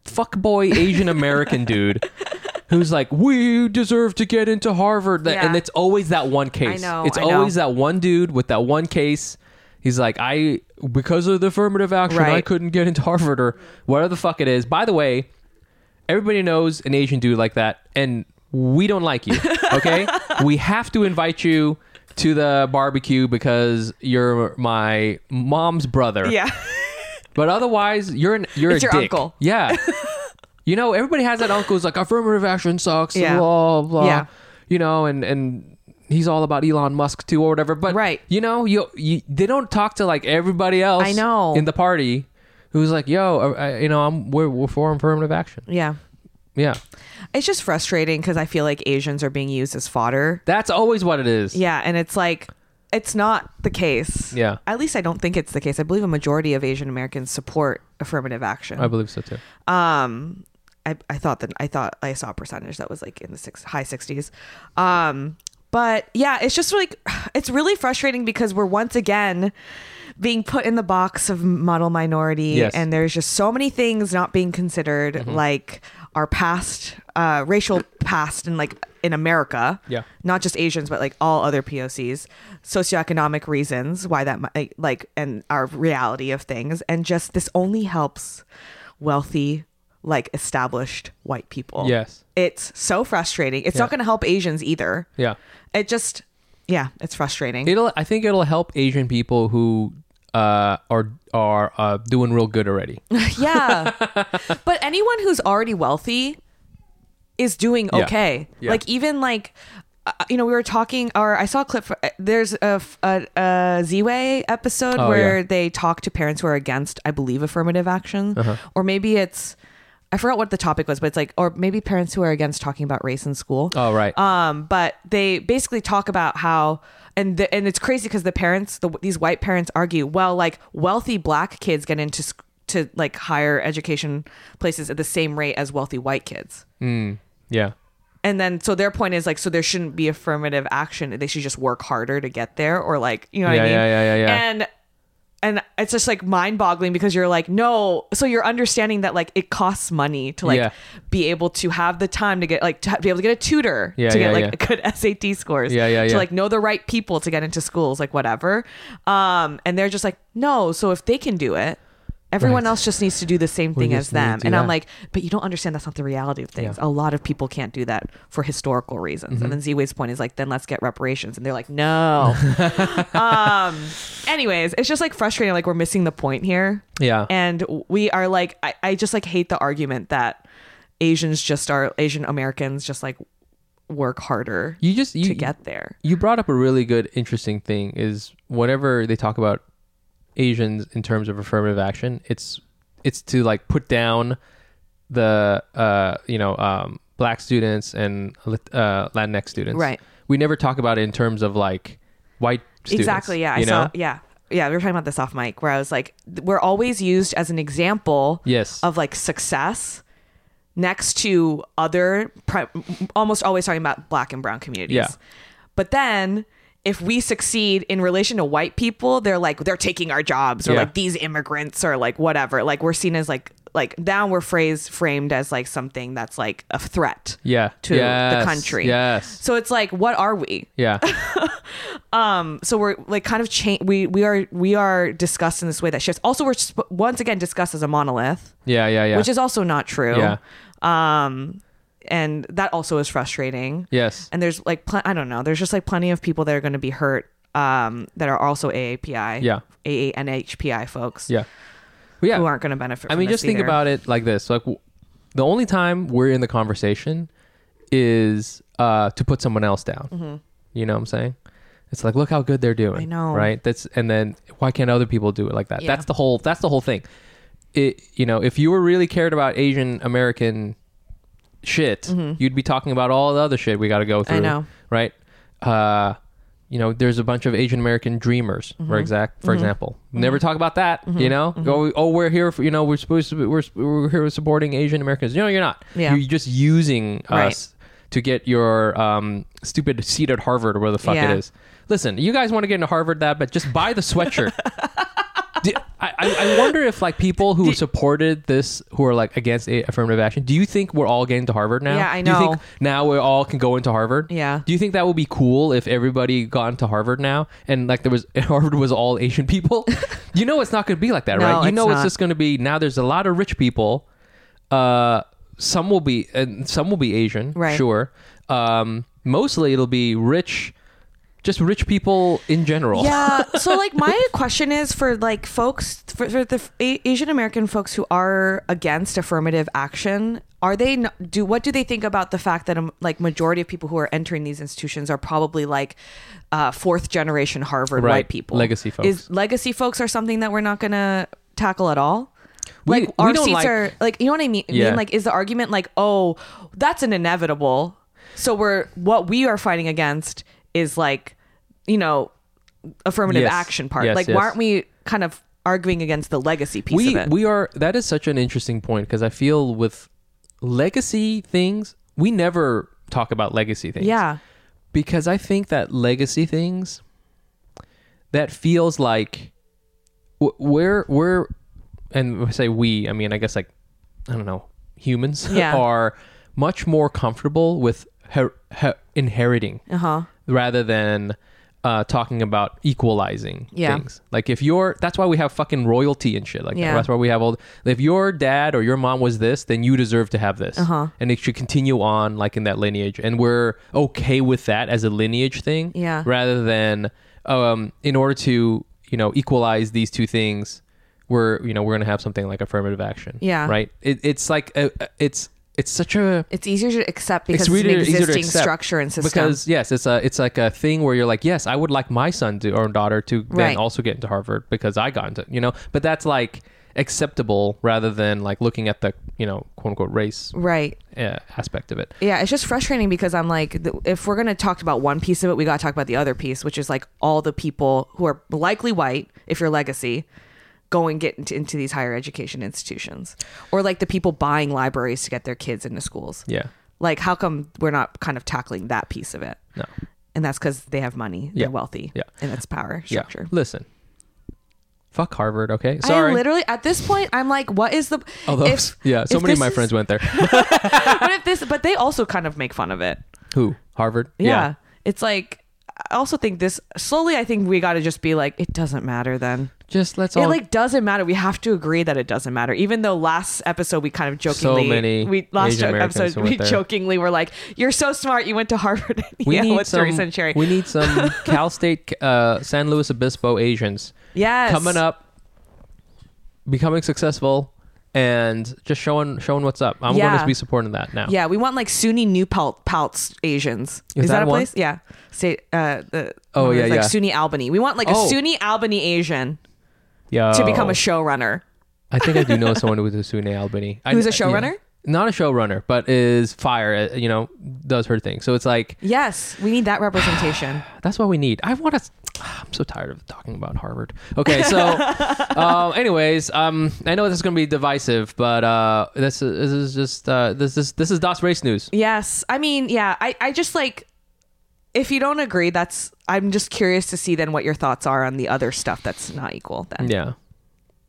Speaker 1: fuckboy Asian American
Speaker 2: [laughs]
Speaker 1: dude who's like, "We deserve to get into Harvard," That- and
Speaker 2: Yeah.
Speaker 1: it's always that one case.
Speaker 2: know,
Speaker 1: it's
Speaker 2: I know.
Speaker 1: always that one dude with that one case. He's like, "I because of the affirmative action, I
Speaker 2: Right.
Speaker 1: couldn't get into Harvard or whatever the fuck it is." By the way, everybody knows an Asian dude like that, and we don't like
Speaker 2: [laughs]
Speaker 1: you. Okay, we have to invite you to the barbecue because you're my mom's brother.
Speaker 2: [laughs] Yeah.
Speaker 1: But otherwise, you're an you're
Speaker 2: It's
Speaker 1: a
Speaker 2: your
Speaker 1: dick.
Speaker 2: uncle. [laughs]
Speaker 1: Yeah. you know, everybody has that uncle who's like affirmative action sucks.
Speaker 2: Yeah.
Speaker 1: Blah blah.
Speaker 2: Yeah.
Speaker 1: You know, and and he's all about Elon Musk too or whatever. But
Speaker 2: Right.
Speaker 1: You know, you, you they don't talk to like everybody else.
Speaker 2: I know.
Speaker 1: in the party. Who's like, yo, uh, I, I- you know, I'm we're, we're for affirmative action.
Speaker 2: yeah.
Speaker 1: Yeah,
Speaker 2: It's just frustrating because I feel like Asians are being used as fodder.
Speaker 1: that's always what it is.
Speaker 2: Yeah. And it's like, it's not the case.
Speaker 1: Yeah.
Speaker 2: At least I don't think it's the case. I believe a majority of Asian Americans support affirmative action.
Speaker 1: I believe so too.
Speaker 2: um I, I thought that I thought I saw a percentage that was like in the six high sixties. Um but yeah, it's just like [sighs] it's really frustrating because we're once again being put in the box of model minority
Speaker 1: Yes. Mm-hmm.
Speaker 2: and there's just so many things not being considered like our past uh racial past and like in America
Speaker 1: Yeah.
Speaker 2: not just Asians, but like all other POCs, socioeconomic reasons why that might like, and our reality of things. And just this only helps wealthy, like established white people.
Speaker 1: Yes.
Speaker 2: It's so frustrating. It's
Speaker 1: Yeah.
Speaker 2: not going to help Asians either.
Speaker 1: Yeah.
Speaker 2: It just, yeah, it's frustrating.
Speaker 1: It'll. I think it'll help Asian people who uh, are are uh, doing real good
Speaker 2: [laughs]
Speaker 1: already.
Speaker 2: yeah. but anyone who's already wealthy is doing
Speaker 1: Yeah.
Speaker 2: okay.
Speaker 1: Yeah.
Speaker 2: Like even like uh, you know, we were talking, or I saw a clip. For, uh, there's a, f- a, a Z-Way episode
Speaker 1: Oh,
Speaker 2: where
Speaker 1: yeah.
Speaker 2: they talk to parents who are against, I believe, affirmative action,
Speaker 1: Uh-huh.
Speaker 2: or maybe it's, I forgot what the topic was, but it's like, or maybe parents who are against talking about race in school.
Speaker 1: Oh right.
Speaker 2: Um, but they basically talk about how, and the, and it's crazy because the parents, the, these white parents argue, well, like wealthy black kids get into sc- to like higher education places at the same rate as wealthy white kids.
Speaker 1: yeah.
Speaker 2: And then, so their point is like, so there shouldn't be affirmative action. They should just work harder to get there, or like, you know what
Speaker 1: Yeah,
Speaker 2: I mean?
Speaker 1: yeah, yeah, yeah, yeah.
Speaker 2: And and it's just like mind boggling because you're like, no. So you're understanding that like it costs money to like
Speaker 1: Yeah.
Speaker 2: be able to have the time to get like to be able to get a tutor
Speaker 1: Yeah,
Speaker 2: to get
Speaker 1: yeah,
Speaker 2: like good SAT scores.
Speaker 1: Yeah, yeah,
Speaker 2: To
Speaker 1: yeah.
Speaker 2: like know the right people to get into schools, like whatever. Um, and they're just like, no. So if they can do it. Everyone
Speaker 1: Right.
Speaker 2: else just needs to do the same thing as
Speaker 1: just need to
Speaker 2: them.
Speaker 1: do
Speaker 2: And I'm
Speaker 1: that.
Speaker 2: like, like, but you don't understand that's not the reality of things. A lot of people can't do that for historical reasons.
Speaker 1: Mm-hmm.
Speaker 2: And then Z-Wave's point is like, then let's get reparations. And they're
Speaker 1: [laughs]
Speaker 2: like, no. um, anyways, it's just like frustrating. Like we're missing the point here.
Speaker 1: Yeah.
Speaker 2: And we are like, I, I just like hate the argument that Asians just are Asian Americans just like work harder
Speaker 1: you just you
Speaker 2: to get there.
Speaker 1: you brought up a really good interesting thing is whenever they talk about Asians in terms of affirmative action, it's it's to like put down the uh you know um black students and Lat- uh Latinx students.
Speaker 2: Right.
Speaker 1: We never talk about it in terms of like white students.
Speaker 2: Exactly. Yeah. I
Speaker 1: You
Speaker 2: saw.
Speaker 1: know?
Speaker 2: Yeah. Yeah. We were talking about this off mic where I was like, th- we're always used as an example
Speaker 1: Yes.
Speaker 2: of like success next to other, pri- almost always talking about black and brown communities.
Speaker 1: Yeah.
Speaker 2: But then if we succeed in relation to white people, they're like, they're taking our jobs or
Speaker 1: Yeah.
Speaker 2: like these immigrants or like whatever. Like we're seen as like, like now we're phrased, framed as like something that's like a threat.
Speaker 1: yeah.
Speaker 2: to the
Speaker 1: Yes.
Speaker 2: country.
Speaker 1: Yes.
Speaker 2: So it's like, what are we? [laughs]
Speaker 1: Yeah.
Speaker 2: so we're like kind of change we we are we are discussed in this way that shifts also we're sp- once again discussed as a monolith
Speaker 1: Yeah. Yeah. Yeah.
Speaker 2: which is also not true
Speaker 1: Yeah.
Speaker 2: um and that also is frustrating
Speaker 1: yes.
Speaker 2: and there's like pl- i don't know there's just like plenty of people that are going to be hurt um that are also aapi
Speaker 1: Yeah.
Speaker 2: aanhpi folks
Speaker 1: Yeah. Well, yeah.
Speaker 2: who aren't going to benefit
Speaker 1: I
Speaker 2: from
Speaker 1: mean,
Speaker 2: this
Speaker 1: just think
Speaker 2: either.
Speaker 1: about it like this: like w- the only time we're in the conversation is uh, to put someone else down. You know what I'm saying? It's like, look how good they're doing.
Speaker 2: Mm-hmm. I know.
Speaker 1: right? That's and then why can't other people do it like that?
Speaker 2: Yeah.
Speaker 1: That's the whole. That's the whole thing. It, you know, if you were really cared about Asian American shit, you'd be talking about all the other shit we got to go through.
Speaker 2: Mm-hmm. know.
Speaker 1: right? Uh, you know, there's a bunch of Asian American dreamers,
Speaker 2: Mm-hmm.
Speaker 1: for exact, for example. Never talk about that. You know, go oh, we're here. For, you know, we're supposed to. Be, we're we're here supporting Asian Americans. No, you're not.
Speaker 2: Yeah.
Speaker 1: You're just using
Speaker 2: Right.
Speaker 1: us to get your um, stupid seat at Harvard or where the fuck
Speaker 2: Yeah.
Speaker 1: it is. Listen, you guys want to get into Harvard that, but just buy the
Speaker 2: [laughs]
Speaker 1: sweatshirt. Do- I, I I wonder if like people who supported this, who are like against a- affirmative action, do you think we're all getting to Harvard now?
Speaker 2: Yeah, I
Speaker 1: Do you
Speaker 2: know.
Speaker 1: think now we all can go into Harvard?
Speaker 2: Yeah.
Speaker 1: Do you think that would be cool if everybody got into Harvard now and like there was [laughs] Harvard was all Asian
Speaker 2: [laughs]
Speaker 1: people? you know, it's not going to be like that,
Speaker 2: No,
Speaker 1: right? You
Speaker 2: it's
Speaker 1: know, it's
Speaker 2: not.
Speaker 1: just going to be now. There's a lot of rich people. Uh, some will be and some will be Asian,
Speaker 2: Right.
Speaker 1: Sure. Um, mostly it'll be rich, just rich people in general. [laughs]
Speaker 2: Yeah. So, like, my question is for like folks for, for the A- Asian American folks who are against affirmative action. Are they n- do what do they think about the fact that um, like majority of people who are entering these institutions are probably like uh, fourth generation Harvard
Speaker 1: Right.
Speaker 2: white people
Speaker 1: Legacy folks.
Speaker 2: Is legacy folks are something that we're not gonna tackle at all.
Speaker 1: We-
Speaker 2: like
Speaker 1: we
Speaker 2: our
Speaker 1: don't
Speaker 2: seats
Speaker 1: like-
Speaker 2: are like you know what I mean?
Speaker 1: Yeah.
Speaker 2: mean? Like is the argument like oh that's an inevitable? So we're what we are fighting against is like you know affirmative
Speaker 1: Yes.
Speaker 2: action part.
Speaker 1: Yes,
Speaker 2: like,
Speaker 1: yes.
Speaker 2: why aren't we kind of arguing against the legacy piece
Speaker 1: we
Speaker 2: of it?
Speaker 1: we are that is such an interesting point because I feel with legacy things we never talk about legacy things.
Speaker 2: yeah,
Speaker 1: because I think that legacy things that feels like w- we're we're and when I say we I mean I guess like I don't know humans [laughs]
Speaker 2: Yeah.
Speaker 1: are much more comfortable with her, her inheriting
Speaker 2: uh huh.
Speaker 1: rather than uh, talking about equalizing
Speaker 2: Yeah.
Speaker 1: things. Like if you're, that's why we have fucking royalty and shit. Like that.
Speaker 2: Yeah.
Speaker 1: that's why we have all. If your dad or your mom was this, then you deserve to have this,
Speaker 2: Uh-huh.
Speaker 1: and it should continue on like in that lineage. And we're okay with that as a lineage thing,
Speaker 2: Yeah.
Speaker 1: Rather than, um, in order to you know equalize these two things, we're you know we're gonna have something like affirmative action,
Speaker 2: Yeah.
Speaker 1: Right? It, it's like a, a- it's it's such a
Speaker 2: It's easier to accept because it's,
Speaker 1: really
Speaker 2: an existing
Speaker 1: accept
Speaker 2: structure and system.
Speaker 1: Because yes, it's a it's like a thing where you're like, yes, I would like my son to or daughter to then
Speaker 2: Right.
Speaker 1: also get into Harvard because I got into you know. But that's like acceptable rather than like looking at the you know quote unquote race
Speaker 2: right.
Speaker 1: uh, aspect of it.
Speaker 2: Yeah, it's just frustrating because I'm like, th- if we're gonna talk about one piece of it, we gotta talk about the other piece, which is like all the people who are likely white, if your legacy, go and get into, into these higher education institutions, or like the people buying libraries to get their kids into schools.
Speaker 1: Yeah.
Speaker 2: Like, how come we're not kind of tackling that piece of it?
Speaker 1: No.
Speaker 2: And that's because they have money,
Speaker 1: Yeah.
Speaker 2: they're wealthy,
Speaker 1: Yeah.
Speaker 2: and it's power
Speaker 1: Yeah.
Speaker 2: structure.
Speaker 1: Listen. Fuck Harvard, okay? Sorry.
Speaker 2: I literally at this point I'm like, what is the?
Speaker 1: Although,
Speaker 2: if-
Speaker 1: [laughs] yeah, so
Speaker 2: if
Speaker 1: many of
Speaker 2: this
Speaker 1: my
Speaker 2: is-
Speaker 1: friends went
Speaker 2: [laughs]
Speaker 1: there.
Speaker 2: But if this, but they also kind of make fun of it.
Speaker 1: Who? Harvard?
Speaker 2: Yeah. It's like I also think this slowly I think we got to just be like it doesn't matter then.
Speaker 1: Just let's
Speaker 2: it
Speaker 1: all
Speaker 2: like doesn't matter. We have to agree that it doesn't matter. Even though last episode we kind of jokingly
Speaker 1: many
Speaker 2: we last
Speaker 1: Asian
Speaker 2: jo-
Speaker 1: Americans
Speaker 2: episode
Speaker 1: went
Speaker 2: we
Speaker 1: there.
Speaker 2: jokingly were like you're so smart you [laughs] went to Harvard.
Speaker 1: we
Speaker 2: yeah,
Speaker 1: need
Speaker 2: what's the
Speaker 1: some
Speaker 2: reason Sherry?
Speaker 1: we need
Speaker 2: [laughs]
Speaker 1: some Cal State uh, San Luis Obispo Asians
Speaker 2: yes.
Speaker 1: coming up, becoming successful, and just showing showing what's up. I'm going
Speaker 2: Yeah.
Speaker 1: to be supporting that now.
Speaker 2: Yeah, we want like SUNY New Pelt, Paltz Asians.
Speaker 1: Is
Speaker 2: Is,
Speaker 1: that
Speaker 2: that, a
Speaker 1: one?
Speaker 2: place? Yeah. State uh the
Speaker 1: Oh,
Speaker 2: one
Speaker 1: yeah,
Speaker 2: is, like
Speaker 1: yeah.
Speaker 2: SUNY Albany. We want like a
Speaker 1: Oh.
Speaker 2: SUNY Albany Asian
Speaker 1: Yo.
Speaker 2: to become a showrunner.
Speaker 1: I think I do
Speaker 2: [laughs]
Speaker 1: know someone who's a SUNY Albany. I-
Speaker 2: Who's a
Speaker 1: I- yeah.
Speaker 2: showrunner?
Speaker 1: Not a showrunner, but is fire. uh, You know, does her thing. So it's like
Speaker 2: Yes, we need that representation.
Speaker 1: that's what we need. I want to. [sighs] I'm so tired of talking about Harvard. Okay, so,
Speaker 2: [laughs]
Speaker 1: um, anyways, um, I know this is going to be divisive, but uh, this is, this is just uh, this is this is DOS race news.
Speaker 2: [sighs] yes. I mean, yeah, I, I just like if you don't agree, that's I'm just curious to see then what your thoughts are on the other stuff that's not equal then
Speaker 1: Yeah,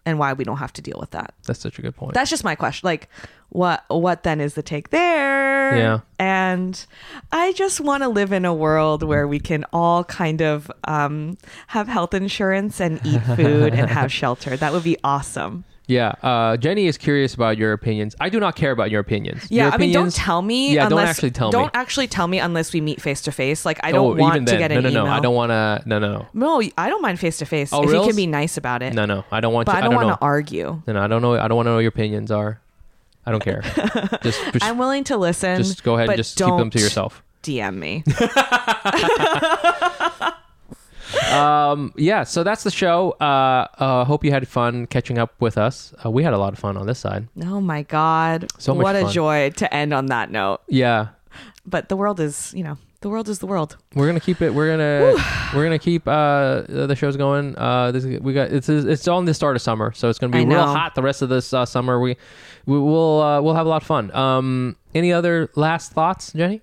Speaker 2: and why we don't have to deal with that.
Speaker 1: that's such a good point.
Speaker 2: That's just my question. Like what what then is the take there?
Speaker 1: Yeah.
Speaker 2: And I just want to live in a world where we can all kind of um, have health insurance and
Speaker 1: [laughs]
Speaker 2: eat food and have shelter. That would be awesome.
Speaker 1: Yeah, uh, Jenny is curious about your opinions. I do not care about your opinions.
Speaker 2: Yeah,
Speaker 1: Your
Speaker 2: I mean, don't
Speaker 1: opinions-
Speaker 2: tell me.
Speaker 1: Yeah,
Speaker 2: unless,
Speaker 1: don't actually tell
Speaker 2: don't
Speaker 1: me.
Speaker 2: actually tell me unless we meet face to face. Like I
Speaker 1: Oh,
Speaker 2: don't want
Speaker 1: even
Speaker 2: to
Speaker 1: then.
Speaker 2: get
Speaker 1: no,
Speaker 2: an
Speaker 1: no, no.
Speaker 2: email.
Speaker 1: I don't want to. No, no,
Speaker 2: No, I don't mind face to face
Speaker 1: Oh,
Speaker 2: if you
Speaker 1: really?
Speaker 2: can be nice about it.
Speaker 1: no, no. I don't want.
Speaker 2: but
Speaker 1: to,
Speaker 2: I don't,
Speaker 1: know.
Speaker 2: want to argue.
Speaker 1: No, no, I don't know. I don't want to know what your opinions are. I don't
Speaker 2: [laughs]
Speaker 1: care. just, just,
Speaker 2: I'm willing to listen.
Speaker 1: just go ahead
Speaker 2: but
Speaker 1: and just keep them to
Speaker 2: don't
Speaker 1: yourself.
Speaker 2: DM me.
Speaker 1: Um, yeah. So that's the show. Uh, uh, hope you had fun catching up with us. Uh, we had a lot of fun on this side.
Speaker 2: oh my god,
Speaker 1: So much
Speaker 2: what
Speaker 1: fun.
Speaker 2: a joy to end on that note.
Speaker 1: Yeah,
Speaker 2: But the world is, you know, the world is the world.
Speaker 1: we're gonna keep it. We're gonna we're gonna keep uh, the shows going. Uh, this is- we got it's it's on the start of summer, so it's gonna be
Speaker 2: I
Speaker 1: real
Speaker 2: know.
Speaker 1: hot the rest of this uh, summer. We we will uh, we'll have a lot of fun. Um, any other last thoughts, Jenny?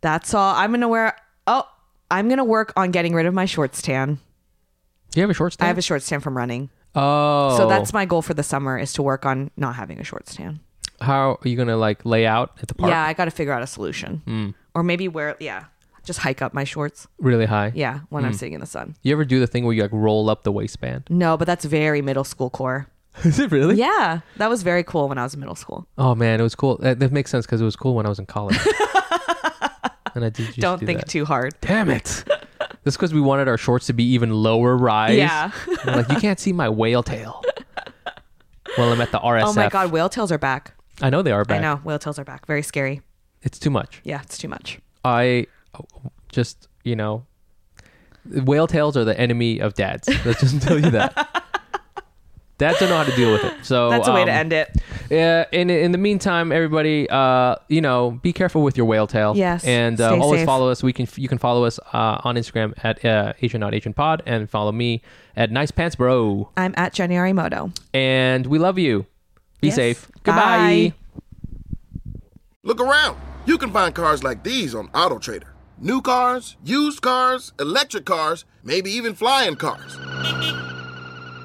Speaker 2: That's all. I'm gonna wear. Oh, I'm gonna work on getting rid of my shorts tan.
Speaker 1: Do you have a short
Speaker 2: I
Speaker 1: stand?
Speaker 2: have a shorts tan from running,
Speaker 1: oh,
Speaker 2: so that's my goal for the summer is to work on not having a shorts tan.
Speaker 1: how are you gonna like lay out at the park? Hmm.
Speaker 2: Yeah, I got to figure out a solution, or maybe wear. Yeah, just hike up my shorts.
Speaker 1: really high.
Speaker 2: Yeah, when
Speaker 1: Hmm.
Speaker 2: I'm sitting in the sun.
Speaker 1: You ever do the thing where you like roll up the
Speaker 2: [laughs]
Speaker 1: waistband?
Speaker 2: No, but that's very middle school core.
Speaker 1: Is it really?
Speaker 2: Yeah, that was very cool when I was in middle school.
Speaker 1: Oh man, it was cool. That, that makes sense because it was cool when I was in
Speaker 2: [laughs]
Speaker 1: college. and I did. Just
Speaker 2: Don't
Speaker 1: do
Speaker 2: think
Speaker 1: that.
Speaker 2: too hard.
Speaker 1: Damn
Speaker 2: [laughs]
Speaker 1: it! That's because we wanted our shorts to be even lower rise.
Speaker 2: Yeah.
Speaker 1: And we're like you can't see my whale tail. Well, I'm at the RSF.
Speaker 2: Oh my god, whale tails are back.
Speaker 1: I know they are back.
Speaker 2: I know whale tails are back. Very scary.
Speaker 1: It's too much.
Speaker 2: Yeah, it's too much.
Speaker 1: I just, you know, whale tails are the enemy of dads. Let's just [laughs] tell you that. Dads don't know how to deal with it. So
Speaker 2: That's a way to
Speaker 1: um,
Speaker 2: end it.
Speaker 1: Yeah. In in the meantime, everybody, uh, you know, be careful with your whale tail.
Speaker 2: Yes,
Speaker 1: And uh,
Speaker 2: stay
Speaker 1: always
Speaker 2: safe.
Speaker 1: follow us. We can you can follow us uh, on Instagram at uh, Asian Not Asian Pod and follow me at Nice Pants Bro.
Speaker 2: I'm at Jenny Arimoto.
Speaker 1: And we love you. Be
Speaker 2: Yes.
Speaker 1: safe.
Speaker 2: Bye.
Speaker 1: Goodbye.
Speaker 3: Look around. You can find cars like these on AutoTrader. New cars, used cars, electric cars, maybe even flying cars.